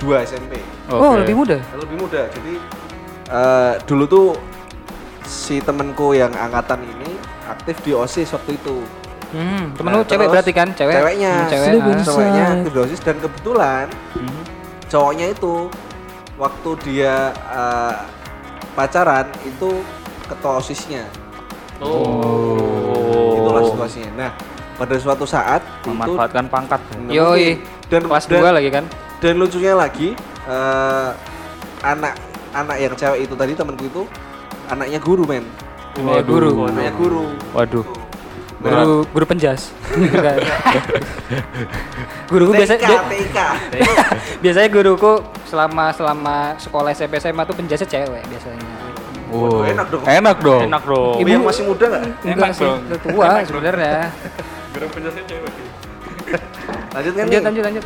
[SPEAKER 3] 2 SMP.
[SPEAKER 1] Oh,
[SPEAKER 2] Oke.
[SPEAKER 1] lebih muda.
[SPEAKER 3] lebih muda jadi eh, dulu tuh si temenku yang angkatan ini aktif di OSIS waktu itu
[SPEAKER 1] Hmm, temen lu
[SPEAKER 3] Nah,
[SPEAKER 1] cewek
[SPEAKER 3] terus
[SPEAKER 1] berarti kan? Cewek.
[SPEAKER 3] ceweknya
[SPEAKER 1] Hmm, Cewek.
[SPEAKER 3] ceweknya aktif di OSIS dan kebetulan cowoknya itu waktu dia eh, pacaran itu ketua osisnya.
[SPEAKER 4] Oh.
[SPEAKER 3] Itulah situasinya. Nah, pada suatu saat itu
[SPEAKER 4] Memanfaatkan pangkat.
[SPEAKER 3] Nggak
[SPEAKER 1] Yoi.
[SPEAKER 3] mungkin.
[SPEAKER 1] Dan kelas
[SPEAKER 3] dan,
[SPEAKER 1] 2 lagi kan.
[SPEAKER 3] dan lucunya lagi eh, anak anak yang cewek itu tadi temanku itu anaknya guru men.
[SPEAKER 1] Namanya Eh, guru.
[SPEAKER 3] Anaknya guru.
[SPEAKER 4] Waduh.
[SPEAKER 1] Guru guru penjas. Bukan. guruku biasa
[SPEAKER 3] TK,
[SPEAKER 1] dia-
[SPEAKER 3] TK.
[SPEAKER 1] biasanya guruku selama selama sekolah SMP SMA tuh penjasnya cewek biasanya.
[SPEAKER 3] Waduh, enak dong.
[SPEAKER 2] Oh. Enak dong.
[SPEAKER 4] Enak
[SPEAKER 1] Oh.
[SPEAKER 4] bro.
[SPEAKER 3] Ibu yang masih muda nggak?
[SPEAKER 1] Enggak sih,
[SPEAKER 4] dong.
[SPEAKER 1] udah tua sebenarnya.
[SPEAKER 3] Lanjut kan?
[SPEAKER 1] Lanjut
[SPEAKER 3] nih?
[SPEAKER 1] lanjut lanjut.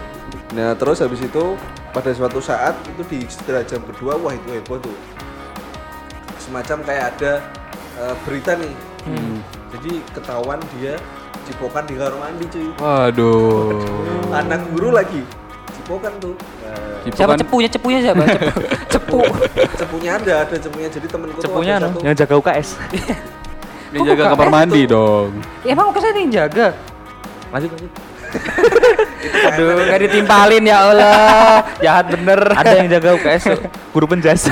[SPEAKER 3] Nah terus habis itu pada suatu saat itu di setelah jam kedua wah itu heboh tuh semacam kayak ada eh, berita nih
[SPEAKER 1] Hmm.
[SPEAKER 3] jadi ketahuan dia cipokan di kamar mandi cuy
[SPEAKER 2] Waduh.
[SPEAKER 3] anak guru lagi cipokan tuh Nah,
[SPEAKER 2] Cipokan-
[SPEAKER 1] Siapa cepunya cepunya siapa? Cepu. cepu.
[SPEAKER 3] cepunya ada ada cepunya jadi temenku
[SPEAKER 4] Cepunya
[SPEAKER 3] tuh ada
[SPEAKER 4] anu,
[SPEAKER 3] satu
[SPEAKER 1] Ya,
[SPEAKER 4] yang jaga UKS.
[SPEAKER 2] Dia jaga
[SPEAKER 1] Kok
[SPEAKER 2] kamar
[SPEAKER 1] bukan
[SPEAKER 2] mandi dong.
[SPEAKER 1] Ya, emang kesana yang jaga.
[SPEAKER 4] lanjut lanjut.
[SPEAKER 1] Aduh, gak ditimpalin ya Allah. Jahat bener.
[SPEAKER 4] Ada yang jaga UKS tuh, guru penjas.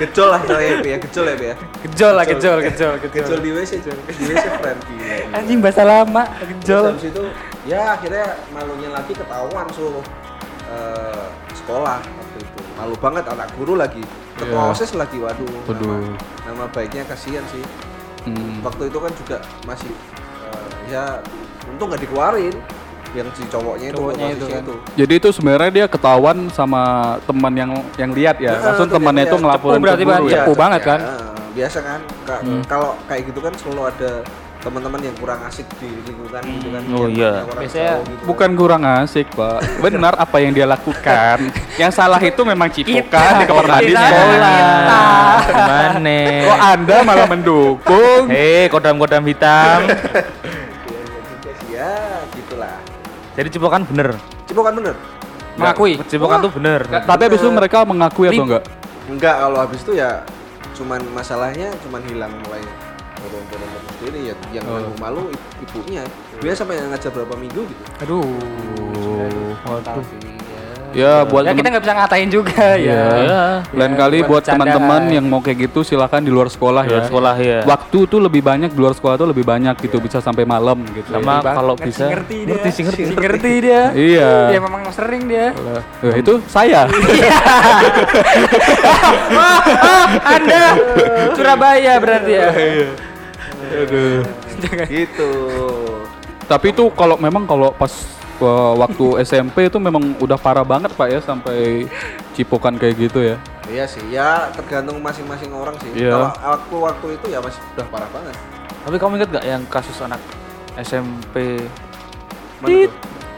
[SPEAKER 3] gejol lah saya ya gejol ya Bi, ya
[SPEAKER 1] Gejol lah, gejol, gejol, gejol.
[SPEAKER 3] gejol di wc di wc Franky
[SPEAKER 1] Anjing bahasa lama,
[SPEAKER 3] Terus
[SPEAKER 1] gejol.
[SPEAKER 3] habis itu ya akhirnya malunya lagi ketahuan suruh eh, sekolah waktu itu. Malu banget anak guru lagi.
[SPEAKER 2] Iya.
[SPEAKER 3] Ketua OSIS lagi waduh. Nama,
[SPEAKER 2] Waduh.
[SPEAKER 3] nama baiknya kasihan sih.
[SPEAKER 2] Hmm.
[SPEAKER 3] Waktu itu kan juga masih eh, ya untung nggak dikeluarin yang si cowoknya itu
[SPEAKER 1] Cowoknya
[SPEAKER 3] ketua
[SPEAKER 1] itu
[SPEAKER 3] OSISnya
[SPEAKER 1] kan.
[SPEAKER 3] itu.
[SPEAKER 2] Jadi itu sebenarnya dia ketahuan sama teman yang yang lihat ya.
[SPEAKER 3] Nah,
[SPEAKER 2] Langsung
[SPEAKER 3] itu
[SPEAKER 2] temannya
[SPEAKER 3] dia
[SPEAKER 2] itu
[SPEAKER 3] lihat.
[SPEAKER 2] ngelaporin
[SPEAKER 1] Cepu berarti,
[SPEAKER 2] ke guru
[SPEAKER 1] Bang.
[SPEAKER 2] ya.
[SPEAKER 1] Cepu banget kan?
[SPEAKER 3] eh, biasa kan. Ka- Kalau kayak gitu kan selalu ada teman-teman yang kurang asik di lingkungan gitu kan.
[SPEAKER 4] Oh,
[SPEAKER 3] yang-
[SPEAKER 4] iya.
[SPEAKER 3] yang orang
[SPEAKER 1] Biasanya
[SPEAKER 3] cowok gitu kan.
[SPEAKER 2] Bukan kurang asik, Pak. Benar apa yang dia lakukan. yang salah itu memang cipokan di kamar mandi
[SPEAKER 1] Kita.
[SPEAKER 2] sekolah.
[SPEAKER 4] Gimana?
[SPEAKER 2] Kok Anda malah mendukung?
[SPEAKER 4] Hei, kodam-kodam hitam.
[SPEAKER 3] Iya, iya juga sih. ya gitulah.
[SPEAKER 4] Jadi cipokan bener.
[SPEAKER 3] Cipokan bener?
[SPEAKER 1] Mengakui.
[SPEAKER 4] Cipokan
[SPEAKER 3] Wah.
[SPEAKER 4] tuh bener.
[SPEAKER 2] Tapi habis itu mereka mengakui atau
[SPEAKER 1] Lim-
[SPEAKER 2] enggak?
[SPEAKER 3] Enggak, kalau habis itu ya cuman masalahnya cuman hilang mulai turun-turun turun sendiri ya yang malu-malu i- ibunya dia sampai ngajar berapa minggu gitu
[SPEAKER 1] Aduh.
[SPEAKER 4] Waduh.
[SPEAKER 2] Ya, buat
[SPEAKER 1] Ya
[SPEAKER 2] temen-
[SPEAKER 1] kita nggak bisa ngatain juga
[SPEAKER 2] Ya.
[SPEAKER 1] ya. Ya,
[SPEAKER 2] Lain kali
[SPEAKER 1] buat
[SPEAKER 2] buat
[SPEAKER 1] bercandaan.
[SPEAKER 2] teman-teman yang mau kayak gitu silakan di luar sekolah
[SPEAKER 4] Di luar
[SPEAKER 2] ya.
[SPEAKER 4] sekolah, ya.
[SPEAKER 2] Waktu tuh lebih banyak di luar sekolah tuh lebih banyak gitu bisa sampai malam gitu.
[SPEAKER 4] Sama
[SPEAKER 2] Iya.
[SPEAKER 4] kalau bisa
[SPEAKER 1] ngerti dia.
[SPEAKER 4] ngerti sih ngerti.
[SPEAKER 1] Si ngerti dia.
[SPEAKER 2] Iya.
[SPEAKER 1] Dia memang sering dia.
[SPEAKER 2] Eh, itu saya.
[SPEAKER 1] iya. Wah, ah, Anda Surabaya berarti ya.
[SPEAKER 3] gitu
[SPEAKER 2] Tapi itu kalau memang kalau pas uh, waktu SMP itu memang udah parah banget Pak ya sampai cipokan kayak gitu ya.
[SPEAKER 3] iya sih ya tergantung masing-masing orang sih
[SPEAKER 2] Iya.
[SPEAKER 3] kalau waktu waktu itu ya masih udah parah banget
[SPEAKER 4] Tapi kamu ingat gak yang kasus anak SMP
[SPEAKER 3] Mana tuh?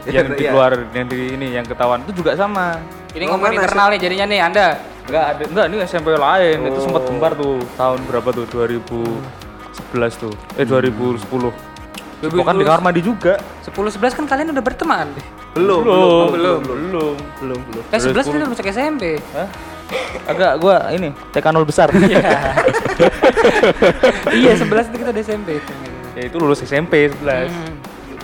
[SPEAKER 4] yang
[SPEAKER 3] Iya.
[SPEAKER 4] di luar yang di ini yang ketahuan itu juga sama.
[SPEAKER 1] Ini
[SPEAKER 3] Oh,
[SPEAKER 1] ngomong
[SPEAKER 3] mana
[SPEAKER 1] internal nih jadinya nih Anda.
[SPEAKER 4] Enggak ada enggak ini SMP lain itu sempat
[SPEAKER 3] Oh.
[SPEAKER 4] gembar tuh tahun berapa tuh 2011 tuh. Eh 2010. Cipokan kan di kamar mandi juga.
[SPEAKER 1] 10 11 kan kalian udah berteman.
[SPEAKER 3] belum
[SPEAKER 4] belum
[SPEAKER 3] belum belum
[SPEAKER 4] belum belum belum
[SPEAKER 1] Eh 11 kan udah masuk SMP.
[SPEAKER 4] Hah? agak gua ini tekanol besar
[SPEAKER 1] iya 11 itu kita di SMP.
[SPEAKER 4] ya itu lulus SMP 11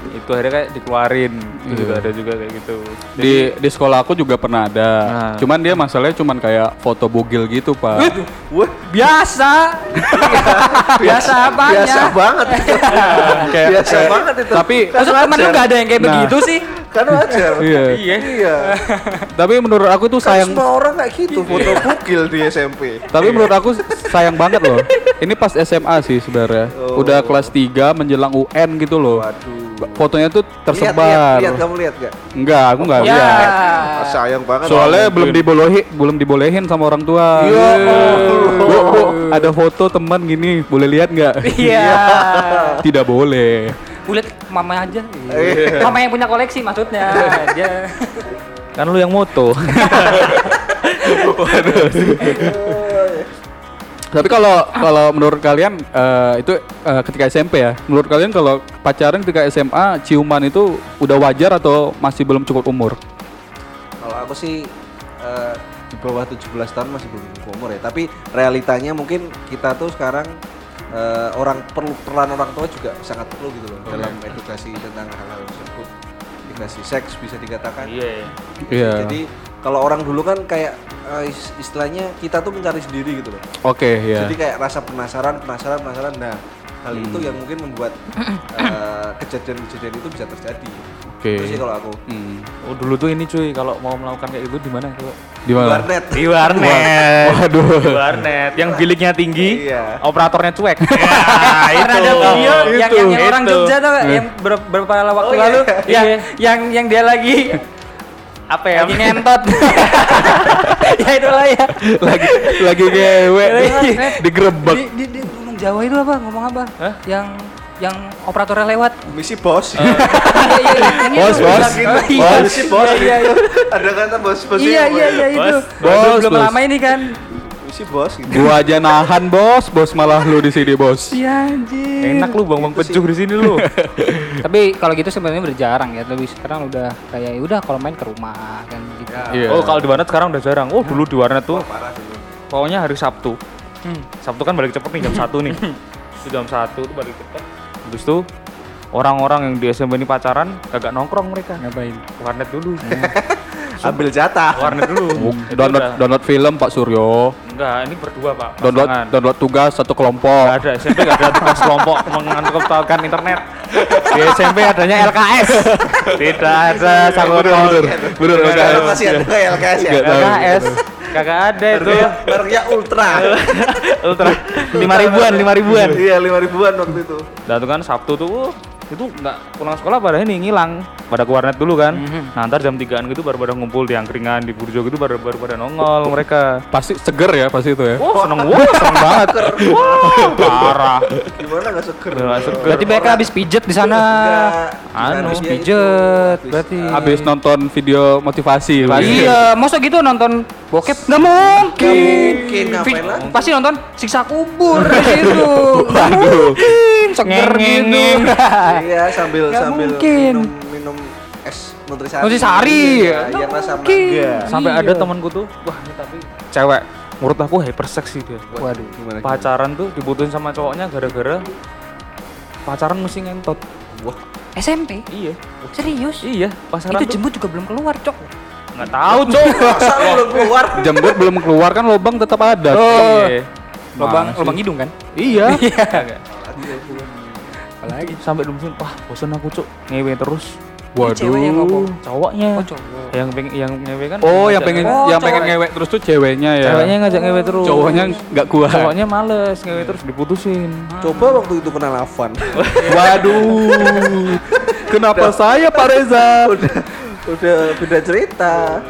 [SPEAKER 4] itu akhirnya kayak dikeluarin itu juga ada juga kayak gitu
[SPEAKER 2] Di di sekolah aku juga pernah ada.
[SPEAKER 4] Nah.
[SPEAKER 2] Cuman dia masalahnya cuman kayak foto bugil gitu Pak.
[SPEAKER 1] Biasa. Biasa ya? apanya?
[SPEAKER 3] biasa banget itu.
[SPEAKER 2] Kayak-
[SPEAKER 3] biasa
[SPEAKER 2] kayak-
[SPEAKER 3] banget itu
[SPEAKER 2] Tapi
[SPEAKER 1] Masa temen lu gak ada yang kayak
[SPEAKER 2] Nah.
[SPEAKER 1] begitu sih?
[SPEAKER 3] kan wajar
[SPEAKER 2] Iya.
[SPEAKER 3] iya
[SPEAKER 2] tapi menurut aku tuh
[SPEAKER 3] kan
[SPEAKER 2] sayang
[SPEAKER 3] semua orang kayak gitu foto bukil di SMP
[SPEAKER 2] Tapi menurut aku sayang banget loh. Ini pas SMA sih sebenarnya. Udah kelas 3 menjelang UN gitu loh.
[SPEAKER 3] Oh. waduh
[SPEAKER 2] Fotonya tuh
[SPEAKER 3] Lihat,
[SPEAKER 2] tersebar.
[SPEAKER 3] lihat, lihat kamu lihat gak
[SPEAKER 2] Enggak, aku enggak
[SPEAKER 1] Ya.
[SPEAKER 2] lihat.
[SPEAKER 3] Ah, sayang banget
[SPEAKER 2] Soalnya belum dibolehin, belum dibolehin sama orang tua. Iya. Bu, bu, ada foto teman gini, boleh lihat nggak?
[SPEAKER 1] Iya.
[SPEAKER 2] Tidak boleh.
[SPEAKER 1] Bulet mama aja. Mama yang punya koleksi maksudnya. Dia
[SPEAKER 4] kan lu yang moto
[SPEAKER 2] Tapi kalau kalau menurut kalian eh, itu eh, ketika SMP ya. Menurut kalian kalau pacaran ketika SMA ciuman itu udah wajar atau masih belum cukup umur?
[SPEAKER 3] Kalau aku sih eh, di bawah 17 tahun masih belum cukup umur ya. Tapi realitanya mungkin kita tuh sekarang eh, orang perlu peran orang tua juga sangat perlu gitu loh dalam edukasi tentang hal-hal tersebut. Edukasi seks bisa dikatakan.
[SPEAKER 4] iya
[SPEAKER 2] Iya.
[SPEAKER 3] Jadi Kalau orang dulu kan kayak eh, is- istilahnya kita tuh mencari sendiri gitu loh.
[SPEAKER 2] Oke ya.
[SPEAKER 3] Jadi kayak rasa penasaran, penasaran, penasaran. Nah, hal itu yang mungkin membuat eh, kejadian-kejadian itu bisa terjadi.
[SPEAKER 2] Oke.
[SPEAKER 3] Itu sih kalau aku.
[SPEAKER 2] Hmm.
[SPEAKER 4] Oh dulu tuh ini cuy kalau mau melakukan kayak gitu di mana coba?
[SPEAKER 2] Di mana?
[SPEAKER 3] Warnet.
[SPEAKER 4] Di warnet. Waduh. Di warnet. Yang biliknya tinggi,
[SPEAKER 3] Iya.
[SPEAKER 4] operatornya cuek. Ya,
[SPEAKER 1] Karena Kan ada video yang, yang, yang orang
[SPEAKER 4] Itu. iya.
[SPEAKER 1] Jogja tuh yang ber- beberapa waktu
[SPEAKER 4] Oh,
[SPEAKER 1] lalu yang, yang yang dia lagi
[SPEAKER 4] apa ya?
[SPEAKER 1] lagi ngentot. ya itulah ya.
[SPEAKER 2] lagi lagi ngewe
[SPEAKER 1] Lagi-
[SPEAKER 2] digerebek.
[SPEAKER 1] Di, di, di ngomong Jawa itu apa? Ngomong apa? Yang yang operatornya lewat.
[SPEAKER 3] Misi bos.
[SPEAKER 1] Iya, iya, yang itu.
[SPEAKER 2] Bos, bos.
[SPEAKER 1] Iya,
[SPEAKER 2] Bos.
[SPEAKER 3] Misi bos. Iya, iya. Ada kata bos-bos
[SPEAKER 1] Iya, iya, iya itu.
[SPEAKER 2] Bos,
[SPEAKER 1] Belum- Belum
[SPEAKER 2] bos.
[SPEAKER 1] lama ini kan.
[SPEAKER 3] Misi bos gitu.
[SPEAKER 2] Gua aja nahan bos, bos malah lu di sini bos.
[SPEAKER 1] Iya, anjir.
[SPEAKER 4] Enak lu bang bang pecuh di sini lu.
[SPEAKER 1] Tapi kalau gitu sebenarnya berjarang ya. Lebih sekarang udah kayak ya udah kalau main ke rumah kan gitu.
[SPEAKER 2] Iya.
[SPEAKER 4] Oh kalau di warnet sekarang udah jarang.
[SPEAKER 1] Nah.
[SPEAKER 4] Oh dulu di warnet tuh
[SPEAKER 3] Parah dulu.
[SPEAKER 4] pokoknya hari Sabtu.
[SPEAKER 1] Hmm.
[SPEAKER 4] Sabtu kan balik cepet nih jam 1 nih. Itu jam 1 tuh balik cepet. Habis itu orang-orang yang di SMP ini pacaran kagak nongkrong mereka.
[SPEAKER 1] Ngapain? Hmm.
[SPEAKER 4] Warnet dulu.
[SPEAKER 3] Ambil jatah.
[SPEAKER 4] warnet dulu. Itu
[SPEAKER 2] Download
[SPEAKER 4] udah-
[SPEAKER 2] download film Pak Suryo.
[SPEAKER 4] Enggak, ini berdua pak.
[SPEAKER 2] Download
[SPEAKER 4] pasangan.
[SPEAKER 2] download tugas satu
[SPEAKER 4] Nggak
[SPEAKER 2] kelompok.
[SPEAKER 4] ada SMP nggak ada tugas kelompok mengantukkan internet. Di SMP adanya LKS. Tidak ada sanggup
[SPEAKER 2] bener. Bener
[SPEAKER 4] Nggak
[SPEAKER 2] nggak
[SPEAKER 4] ada.
[SPEAKER 2] ada.
[SPEAKER 3] Masih ada kayak LKS ya.
[SPEAKER 2] Nggak tahu.
[SPEAKER 4] LKS. Kagak ada itu.
[SPEAKER 3] Mereknya Ultra.
[SPEAKER 4] Ultra lima ribuan, lima ribuan.
[SPEAKER 3] Iya, lima ribuan waktu itu.
[SPEAKER 4] Dan itu kan Sabtu tuh uh, itu nggak pulang sekolah pada ini ngilang pada ke warnet dulu kan nah ntar jam 3an gitu baru pada ngumpul di angkringan di burjo gitu baru baru pada nongol mereka
[SPEAKER 2] Pasti seger ya pasti itu ya.
[SPEAKER 4] wah seneng wah seneng banget wah parah
[SPEAKER 3] Gimana nggak seger?
[SPEAKER 4] Nggak seger.
[SPEAKER 1] Berarti mereka habis pijet di sana.
[SPEAKER 3] Nggak.
[SPEAKER 4] Anu,
[SPEAKER 3] Habis dia itu,
[SPEAKER 1] pijet,
[SPEAKER 3] habis,
[SPEAKER 1] berarti.
[SPEAKER 3] eh,
[SPEAKER 2] Habis nonton video motivasi. pasti.
[SPEAKER 1] Iya, masa gitu nonton bokep? Nggak mungkin.
[SPEAKER 3] mungkin, ngapain lagi?
[SPEAKER 1] Pasti nonton siksa kubur di situ. Nggak mungkin, seger
[SPEAKER 4] Ngeng,
[SPEAKER 1] gitu.
[SPEAKER 4] ngeng,
[SPEAKER 3] Iya, sambil
[SPEAKER 1] Nggak
[SPEAKER 3] sambil
[SPEAKER 1] mungkin.
[SPEAKER 3] minum minum es nutrisari.
[SPEAKER 1] Nutrisari.
[SPEAKER 3] Iya,
[SPEAKER 1] Nggak
[SPEAKER 3] yang rasa
[SPEAKER 1] mungkin.
[SPEAKER 3] mangga.
[SPEAKER 4] sampai
[SPEAKER 1] Iya.
[SPEAKER 4] ada temanku tuh wah ini tapi cewek menurut aku hypersex sih dia
[SPEAKER 1] Waduh.
[SPEAKER 3] Gimana?
[SPEAKER 4] pacaran tuh diputusin sama cowoknya gara-gara pacaran mesti ngentot
[SPEAKER 3] Wah,
[SPEAKER 1] SMP?
[SPEAKER 4] iya
[SPEAKER 1] Serius?
[SPEAKER 4] iya pacaran
[SPEAKER 1] Itu
[SPEAKER 4] tuh
[SPEAKER 1] jemput juga belum keluar, Cok.
[SPEAKER 4] nggak tahu cowok
[SPEAKER 3] masa lu belum keluar?
[SPEAKER 2] Jembut belum keluar kan lubang tetap ada.
[SPEAKER 4] Iya.
[SPEAKER 1] Lubang lubang hidung kan?
[SPEAKER 2] Iya.
[SPEAKER 1] Apalagi
[SPEAKER 4] sampai diputusin wah bosan aku cok ngewe terus
[SPEAKER 1] cewek yang ngomong.
[SPEAKER 2] Waduh.
[SPEAKER 4] cowoknya
[SPEAKER 1] Oh, cowok.
[SPEAKER 4] yang pengen yang ngewe kan
[SPEAKER 2] Oh, yang
[SPEAKER 4] ngajak
[SPEAKER 2] pengen
[SPEAKER 4] ngewe.
[SPEAKER 1] Oh,
[SPEAKER 2] yang pengen
[SPEAKER 1] cewek.
[SPEAKER 2] ngewe terus tuh ceweknya ya.
[SPEAKER 4] ceweknya ngajak ngewe terus
[SPEAKER 2] cowoknya nggak kuat.
[SPEAKER 4] cowoknya males ngewe terus diputusin
[SPEAKER 3] Coba waktu itu kenal Avan.
[SPEAKER 2] Waduh. Kenapa saya Pak Reza?
[SPEAKER 3] Udah beda cerita.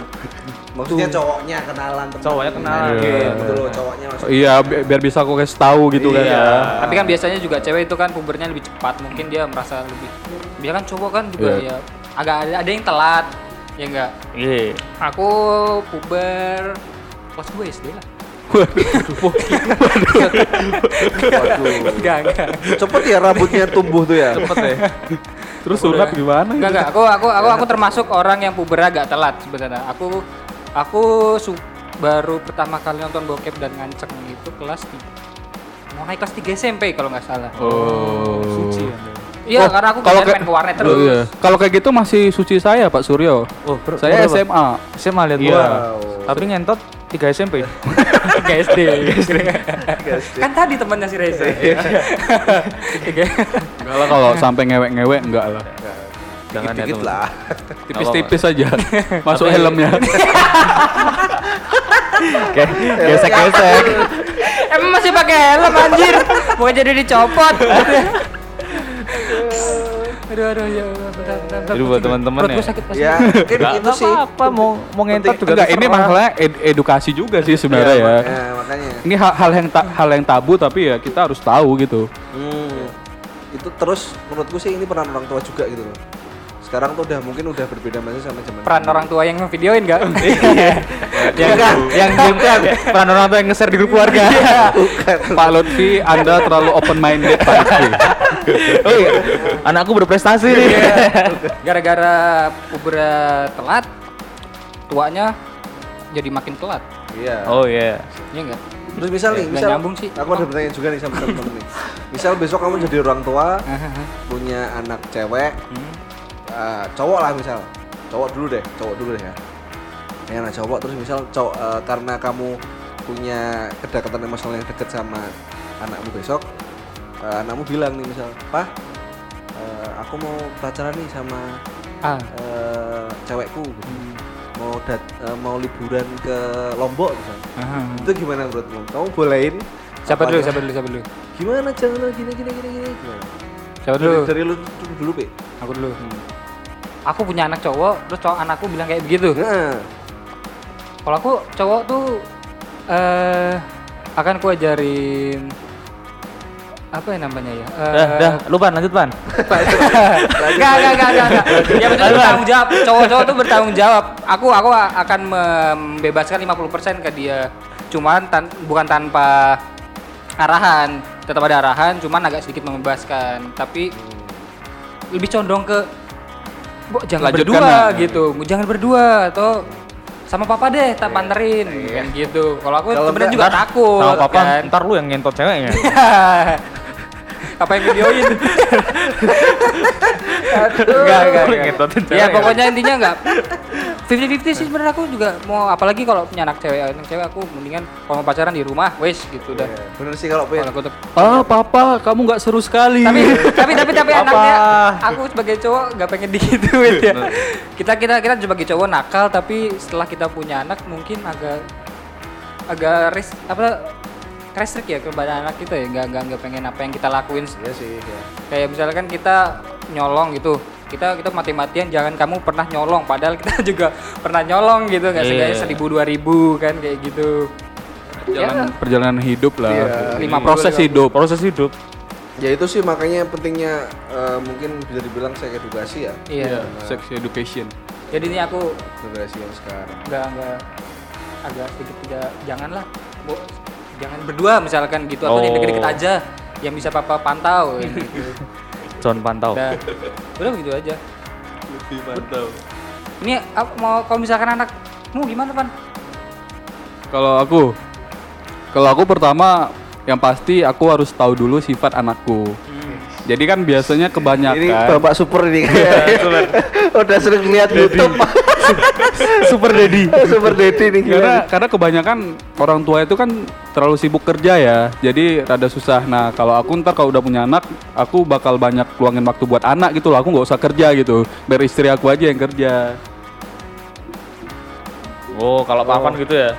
[SPEAKER 3] Maksudnya cowoknya kenalan teman.
[SPEAKER 4] Cowoknya kenalan.
[SPEAKER 3] Oke,
[SPEAKER 2] Iya.
[SPEAKER 3] betul loh, cowoknya maksudnya.
[SPEAKER 2] Iya, bi- biar bisa aku kasih tahu gitu
[SPEAKER 4] Iya.
[SPEAKER 2] kan ya.
[SPEAKER 1] Tapi kan biasanya juga cewek itu kan pubernya lebih cepat, mungkin dia merasa lebih. Biasanya kan cowok kan juga ya
[SPEAKER 2] Iya.
[SPEAKER 1] agak ada, ada yang telat, ya enggak.
[SPEAKER 4] iya
[SPEAKER 1] Aku puber pas gue SD lah. Enggak, enggak.
[SPEAKER 3] Cepet ya rambutnya tumbuh tuh ya.
[SPEAKER 1] Cepet ya.
[SPEAKER 2] Terus sunat gimana
[SPEAKER 1] Enggak, enggak. Aku aku aku aku termasuk orang yang puber agak telat sebenarnya. Aku aku su- baru pertama kali nonton bokep dan nganceng itu kelas 3. Mau naik kelas 3 SMP kalau nggak salah.
[SPEAKER 2] Oh.
[SPEAKER 4] suci anda
[SPEAKER 1] Iya,
[SPEAKER 2] Oh,
[SPEAKER 1] karena aku
[SPEAKER 2] kalau
[SPEAKER 1] kalau
[SPEAKER 2] kayak-
[SPEAKER 1] main ke warnet
[SPEAKER 2] Oh,
[SPEAKER 1] terus.
[SPEAKER 2] iya. Kalau kayak gitu masih suci saya Pak Suryo.
[SPEAKER 4] Oh, ber-
[SPEAKER 2] saya
[SPEAKER 4] berapa?
[SPEAKER 2] SMA.
[SPEAKER 4] SMA lihat
[SPEAKER 2] Iya.
[SPEAKER 4] gua. Tapi ngentot 3 SMP.
[SPEAKER 1] Ke SD. kan tadi temannya si Reza.
[SPEAKER 4] Iya,
[SPEAKER 1] Oke.
[SPEAKER 2] Enggak lah kalau sampai ngewek-ngewek enggak lah.
[SPEAKER 4] Jangan ya,
[SPEAKER 3] Dikit
[SPEAKER 4] teman.
[SPEAKER 3] lah.
[SPEAKER 2] Tipis-tipis aja. Masuk
[SPEAKER 4] Tapi-
[SPEAKER 2] helmnya.
[SPEAKER 4] Oke, gesek-gesek.
[SPEAKER 1] Emang masih pakai helm anjir. Mau jadi dicopot. aduh aduh ya Allah, bentar, bentar, bentar.
[SPEAKER 4] Jadi buat teman-teman
[SPEAKER 1] Perut
[SPEAKER 4] ya.
[SPEAKER 1] gua sakit pas.
[SPEAKER 3] Ya, mungkin
[SPEAKER 4] Enggak
[SPEAKER 3] itu sih.
[SPEAKER 4] apa-apa mau mau ngentot juga.
[SPEAKER 2] Enggak, ini
[SPEAKER 4] terserah.
[SPEAKER 2] masalahnya ed- edukasi juga sih sebenarnya
[SPEAKER 1] Iya,
[SPEAKER 2] ya.
[SPEAKER 3] Nah, makanya.
[SPEAKER 2] Ini hal, hal yang ta- hal yang tabu tapi ya kita harus tahu gitu.
[SPEAKER 3] Hmm. Itu terus menurutku sih ini peran orang tua juga gitu loh. Sekarang tuh udah mungkin udah berbeda masih sama zaman.
[SPEAKER 1] Peran orang tua yang videoin enggak?
[SPEAKER 4] Iya.
[SPEAKER 2] Iya.
[SPEAKER 4] yang yang bukan peran orang tua yang nge-share di grup keluarga.
[SPEAKER 2] Pak Lutfi, Anda terlalu open minded Pak Lutfi.
[SPEAKER 4] oh iya. Anakku berprestasi nih.
[SPEAKER 1] Gara-gara puber eh, telat tuanya jadi makin telat.
[SPEAKER 3] Iya.
[SPEAKER 4] Oh iya.
[SPEAKER 1] Iya enggak?
[SPEAKER 3] Terus misal nih,
[SPEAKER 1] Nggak
[SPEAKER 3] misal
[SPEAKER 1] nyambung sih.
[SPEAKER 3] aku ada pertanyaan juga nih sama temen-temen nih. Misal besok kamu jadi orang tua,
[SPEAKER 1] Eh.
[SPEAKER 3] punya anak
[SPEAKER 1] Hmm.
[SPEAKER 3] cewek, eh, cowok lah misal, cowok dulu deh, cowok dulu deh ya. yang anak cowok terus misal cowok eh, karena kamu punya kedekatan emosional yang dekat sama anakmu besok eh, anakmu bilang nih misal pak eh, aku mau pacaran nih sama
[SPEAKER 1] Ah. Hmm.
[SPEAKER 3] eh, cewekku gitu. mau dat- eh, mau liburan ke Lombok misalnya itu gimana menurutmu kamu bolehin
[SPEAKER 1] Siapa
[SPEAKER 3] Apa-
[SPEAKER 1] dulu? Siapa dulu? Siapa dulu?
[SPEAKER 3] gimana jangan gini gini gini gini gimana?
[SPEAKER 1] Siapa
[SPEAKER 3] dari,
[SPEAKER 1] dulu?
[SPEAKER 3] dari lu dulu, dulu Pe.
[SPEAKER 1] Aku dulu.
[SPEAKER 4] Hmm.
[SPEAKER 1] Aku punya anak cowok, terus cowok anakku bilang kayak
[SPEAKER 4] Iya.
[SPEAKER 1] begitu.
[SPEAKER 3] Nah,
[SPEAKER 1] Kalau aku cowok tuh eh akan ku ajarin apa ya namanya ya? Eh,
[SPEAKER 4] Dah, dah, lu ban, lanjut ban.
[SPEAKER 1] Enggak, enggak, enggak, enggak, enggak. Yang penting bertanggung jawab. Cowok-cowok tuh bertanggung jawab. Aku aku a- akan membebaskan 50% ke dia. Cuman tan- bukan tanpa arahan, tetap ada arahan, cuman agak sedikit membebaskan. Tapi lebih condong ke "Bo, jangan
[SPEAKER 2] Lanjutkan
[SPEAKER 1] berdua
[SPEAKER 2] lah.
[SPEAKER 1] gitu. Jangan berdua atau sama papa deh, tak panterin kan gitu. Kalau aku
[SPEAKER 3] Kalau
[SPEAKER 1] sebenarnya juga
[SPEAKER 3] enggak,
[SPEAKER 1] takut.
[SPEAKER 4] Sama papa,
[SPEAKER 1] kan.
[SPEAKER 4] ntar lu yang ngentot ceweknya.
[SPEAKER 1] apa yang videoin enggak enggak,
[SPEAKER 4] Lu
[SPEAKER 1] enggak
[SPEAKER 4] ngetotin
[SPEAKER 1] ya
[SPEAKER 4] cewek.
[SPEAKER 1] pokoknya intinya enggak 50-50 sih sebenarnya aku juga mau apalagi kalau punya anak cewek anak cewek aku mendingan kalau mau pacaran di rumah wes gitu udah
[SPEAKER 4] Iya.
[SPEAKER 3] bener sih kalau punya
[SPEAKER 1] kalau aku tuh
[SPEAKER 2] Ah, papa, kamu nggak seru sekali.
[SPEAKER 1] tapi tapi tapi tapi
[SPEAKER 4] Apa?
[SPEAKER 1] anaknya aku sebagai cowok nggak pengen digituin ya kita kita kita sebagai cowok nakal tapi setelah kita punya anak mungkin agak agak res apa restrict ya kepada anak kita ya nggak nggak nggak pengen apa yang kita lakuin
[SPEAKER 3] Iya sih ya.
[SPEAKER 1] kayak misalkan kita nyolong gitu kita kita mati-matian jangan kamu pernah nyolong padahal kita juga pernah nyolong gitu nggak
[SPEAKER 4] Iya.
[SPEAKER 1] seenggaknya seribu dua ribu kan kayak gitu
[SPEAKER 2] Perjalanan, perjalanan hidup lah.
[SPEAKER 3] Iya.
[SPEAKER 1] Lima
[SPEAKER 2] proses hidup.
[SPEAKER 4] Proses hidup.
[SPEAKER 3] ya itu sih makanya pentingnya eh, mungkin bisa dibilang saya edukasi ya
[SPEAKER 1] iya
[SPEAKER 2] Sex education.
[SPEAKER 1] jadi ini aku
[SPEAKER 3] generasi yang sekarang
[SPEAKER 1] nggak nggak agak sedikit tidak janganlah Bu, jangan berdua misalkan gitu atau
[SPEAKER 4] Oh.
[SPEAKER 1] yang deket-deket aja yang bisa papa pantau yang gitu.
[SPEAKER 4] John pantau.
[SPEAKER 1] udah udah begitu aja
[SPEAKER 2] Lebih mantap.
[SPEAKER 1] ini aku mau kalau misalkan anakmu gimana pan
[SPEAKER 2] Kalau aku, kalau aku pertama yang pasti aku harus tahu dulu sifat anakku. Jadi kan biasanya kebanyakan.
[SPEAKER 3] Hmm. ini bapak super ini udah sering lihat YouTube
[SPEAKER 2] super daddy.
[SPEAKER 3] super daddy nih
[SPEAKER 2] karena Iya, karena kebanyakan orang tua itu kan terlalu sibuk kerja ya jadi rada susah nah kalau aku ntar kalau udah punya anak aku bakal banyak luangin waktu buat anak gitu loh aku nggak usah kerja gitu biar istri aku aja yang kerja
[SPEAKER 4] Oh, kalau papan gitu ya.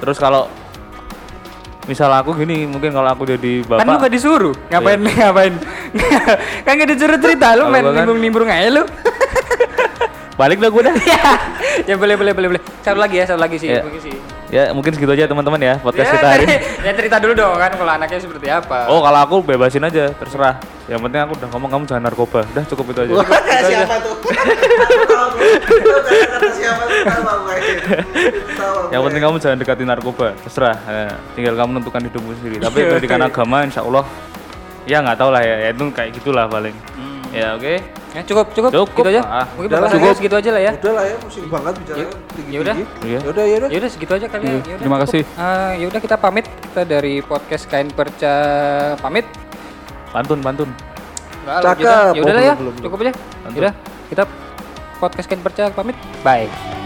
[SPEAKER 4] Terus kalau misal aku gini, mungkin kalau aku jadi bapak. Iya.
[SPEAKER 1] Kan lu gak disuruh ngapain ngapain. kan gak disuruh cerita lu
[SPEAKER 4] Kalau
[SPEAKER 1] main
[SPEAKER 4] gua kan-
[SPEAKER 1] nimbrung-nimbrung aja lu.
[SPEAKER 4] balik dah gue dah.
[SPEAKER 1] ya, ya boleh boleh boleh boleh. Satu lagi ya, satu lagi sih.
[SPEAKER 4] Ya.
[SPEAKER 1] mungkin sih.
[SPEAKER 4] ya, mungkin segitu aja teman-teman ya
[SPEAKER 1] Ya,
[SPEAKER 4] podcast kita hari ini.
[SPEAKER 1] tadi- ya cerita dulu dong kan kalau anaknya seperti apa.
[SPEAKER 4] Oh, kalau aku bebasin aja, terserah. Yang penting aku udah ngomong kamu jangan narkoba. Udah cukup itu aja.
[SPEAKER 3] siapa tuh Kata siapa tuh Tahu aku kayak gitu. Tahu aku
[SPEAKER 4] Yang penting
[SPEAKER 3] kayak
[SPEAKER 4] kamu jangan dekati narkoba. Terserah. eh, tinggal kamu menentukan hidupmu sendiri. Tapi pendidikan agama insya Allah ya nggak tahu lah ya. ya Itu kayak gitulah paling. Ya oke.
[SPEAKER 1] Ya, cukup cukup,
[SPEAKER 4] Cukup,
[SPEAKER 1] gitu aja.
[SPEAKER 4] ah.
[SPEAKER 1] Mungkin
[SPEAKER 3] Udah lah,
[SPEAKER 1] bapak
[SPEAKER 3] cukup.
[SPEAKER 1] cukup segitu aja lah ya.
[SPEAKER 3] gitu. udah lah ya pusing banget bicaranya tinggi
[SPEAKER 1] Yaudah.
[SPEAKER 4] Iya.
[SPEAKER 3] ya udah ya udah
[SPEAKER 1] Ya udah segitu aja kali ya.
[SPEAKER 2] Iya,
[SPEAKER 1] Yaudah,
[SPEAKER 2] terima
[SPEAKER 1] cukup.
[SPEAKER 2] kasih.
[SPEAKER 1] Eh, ya udah kita pamit kita dari podcast Kain Perca pamit.
[SPEAKER 4] Pantun, pantun.
[SPEAKER 1] Enggak,
[SPEAKER 3] Cakep.
[SPEAKER 1] Ya udah lah
[SPEAKER 3] Oh,
[SPEAKER 1] ya.
[SPEAKER 3] belum, belum, belum.
[SPEAKER 1] Cukup aja. Ya udah kita podcast Kain Perca pamit. Bye.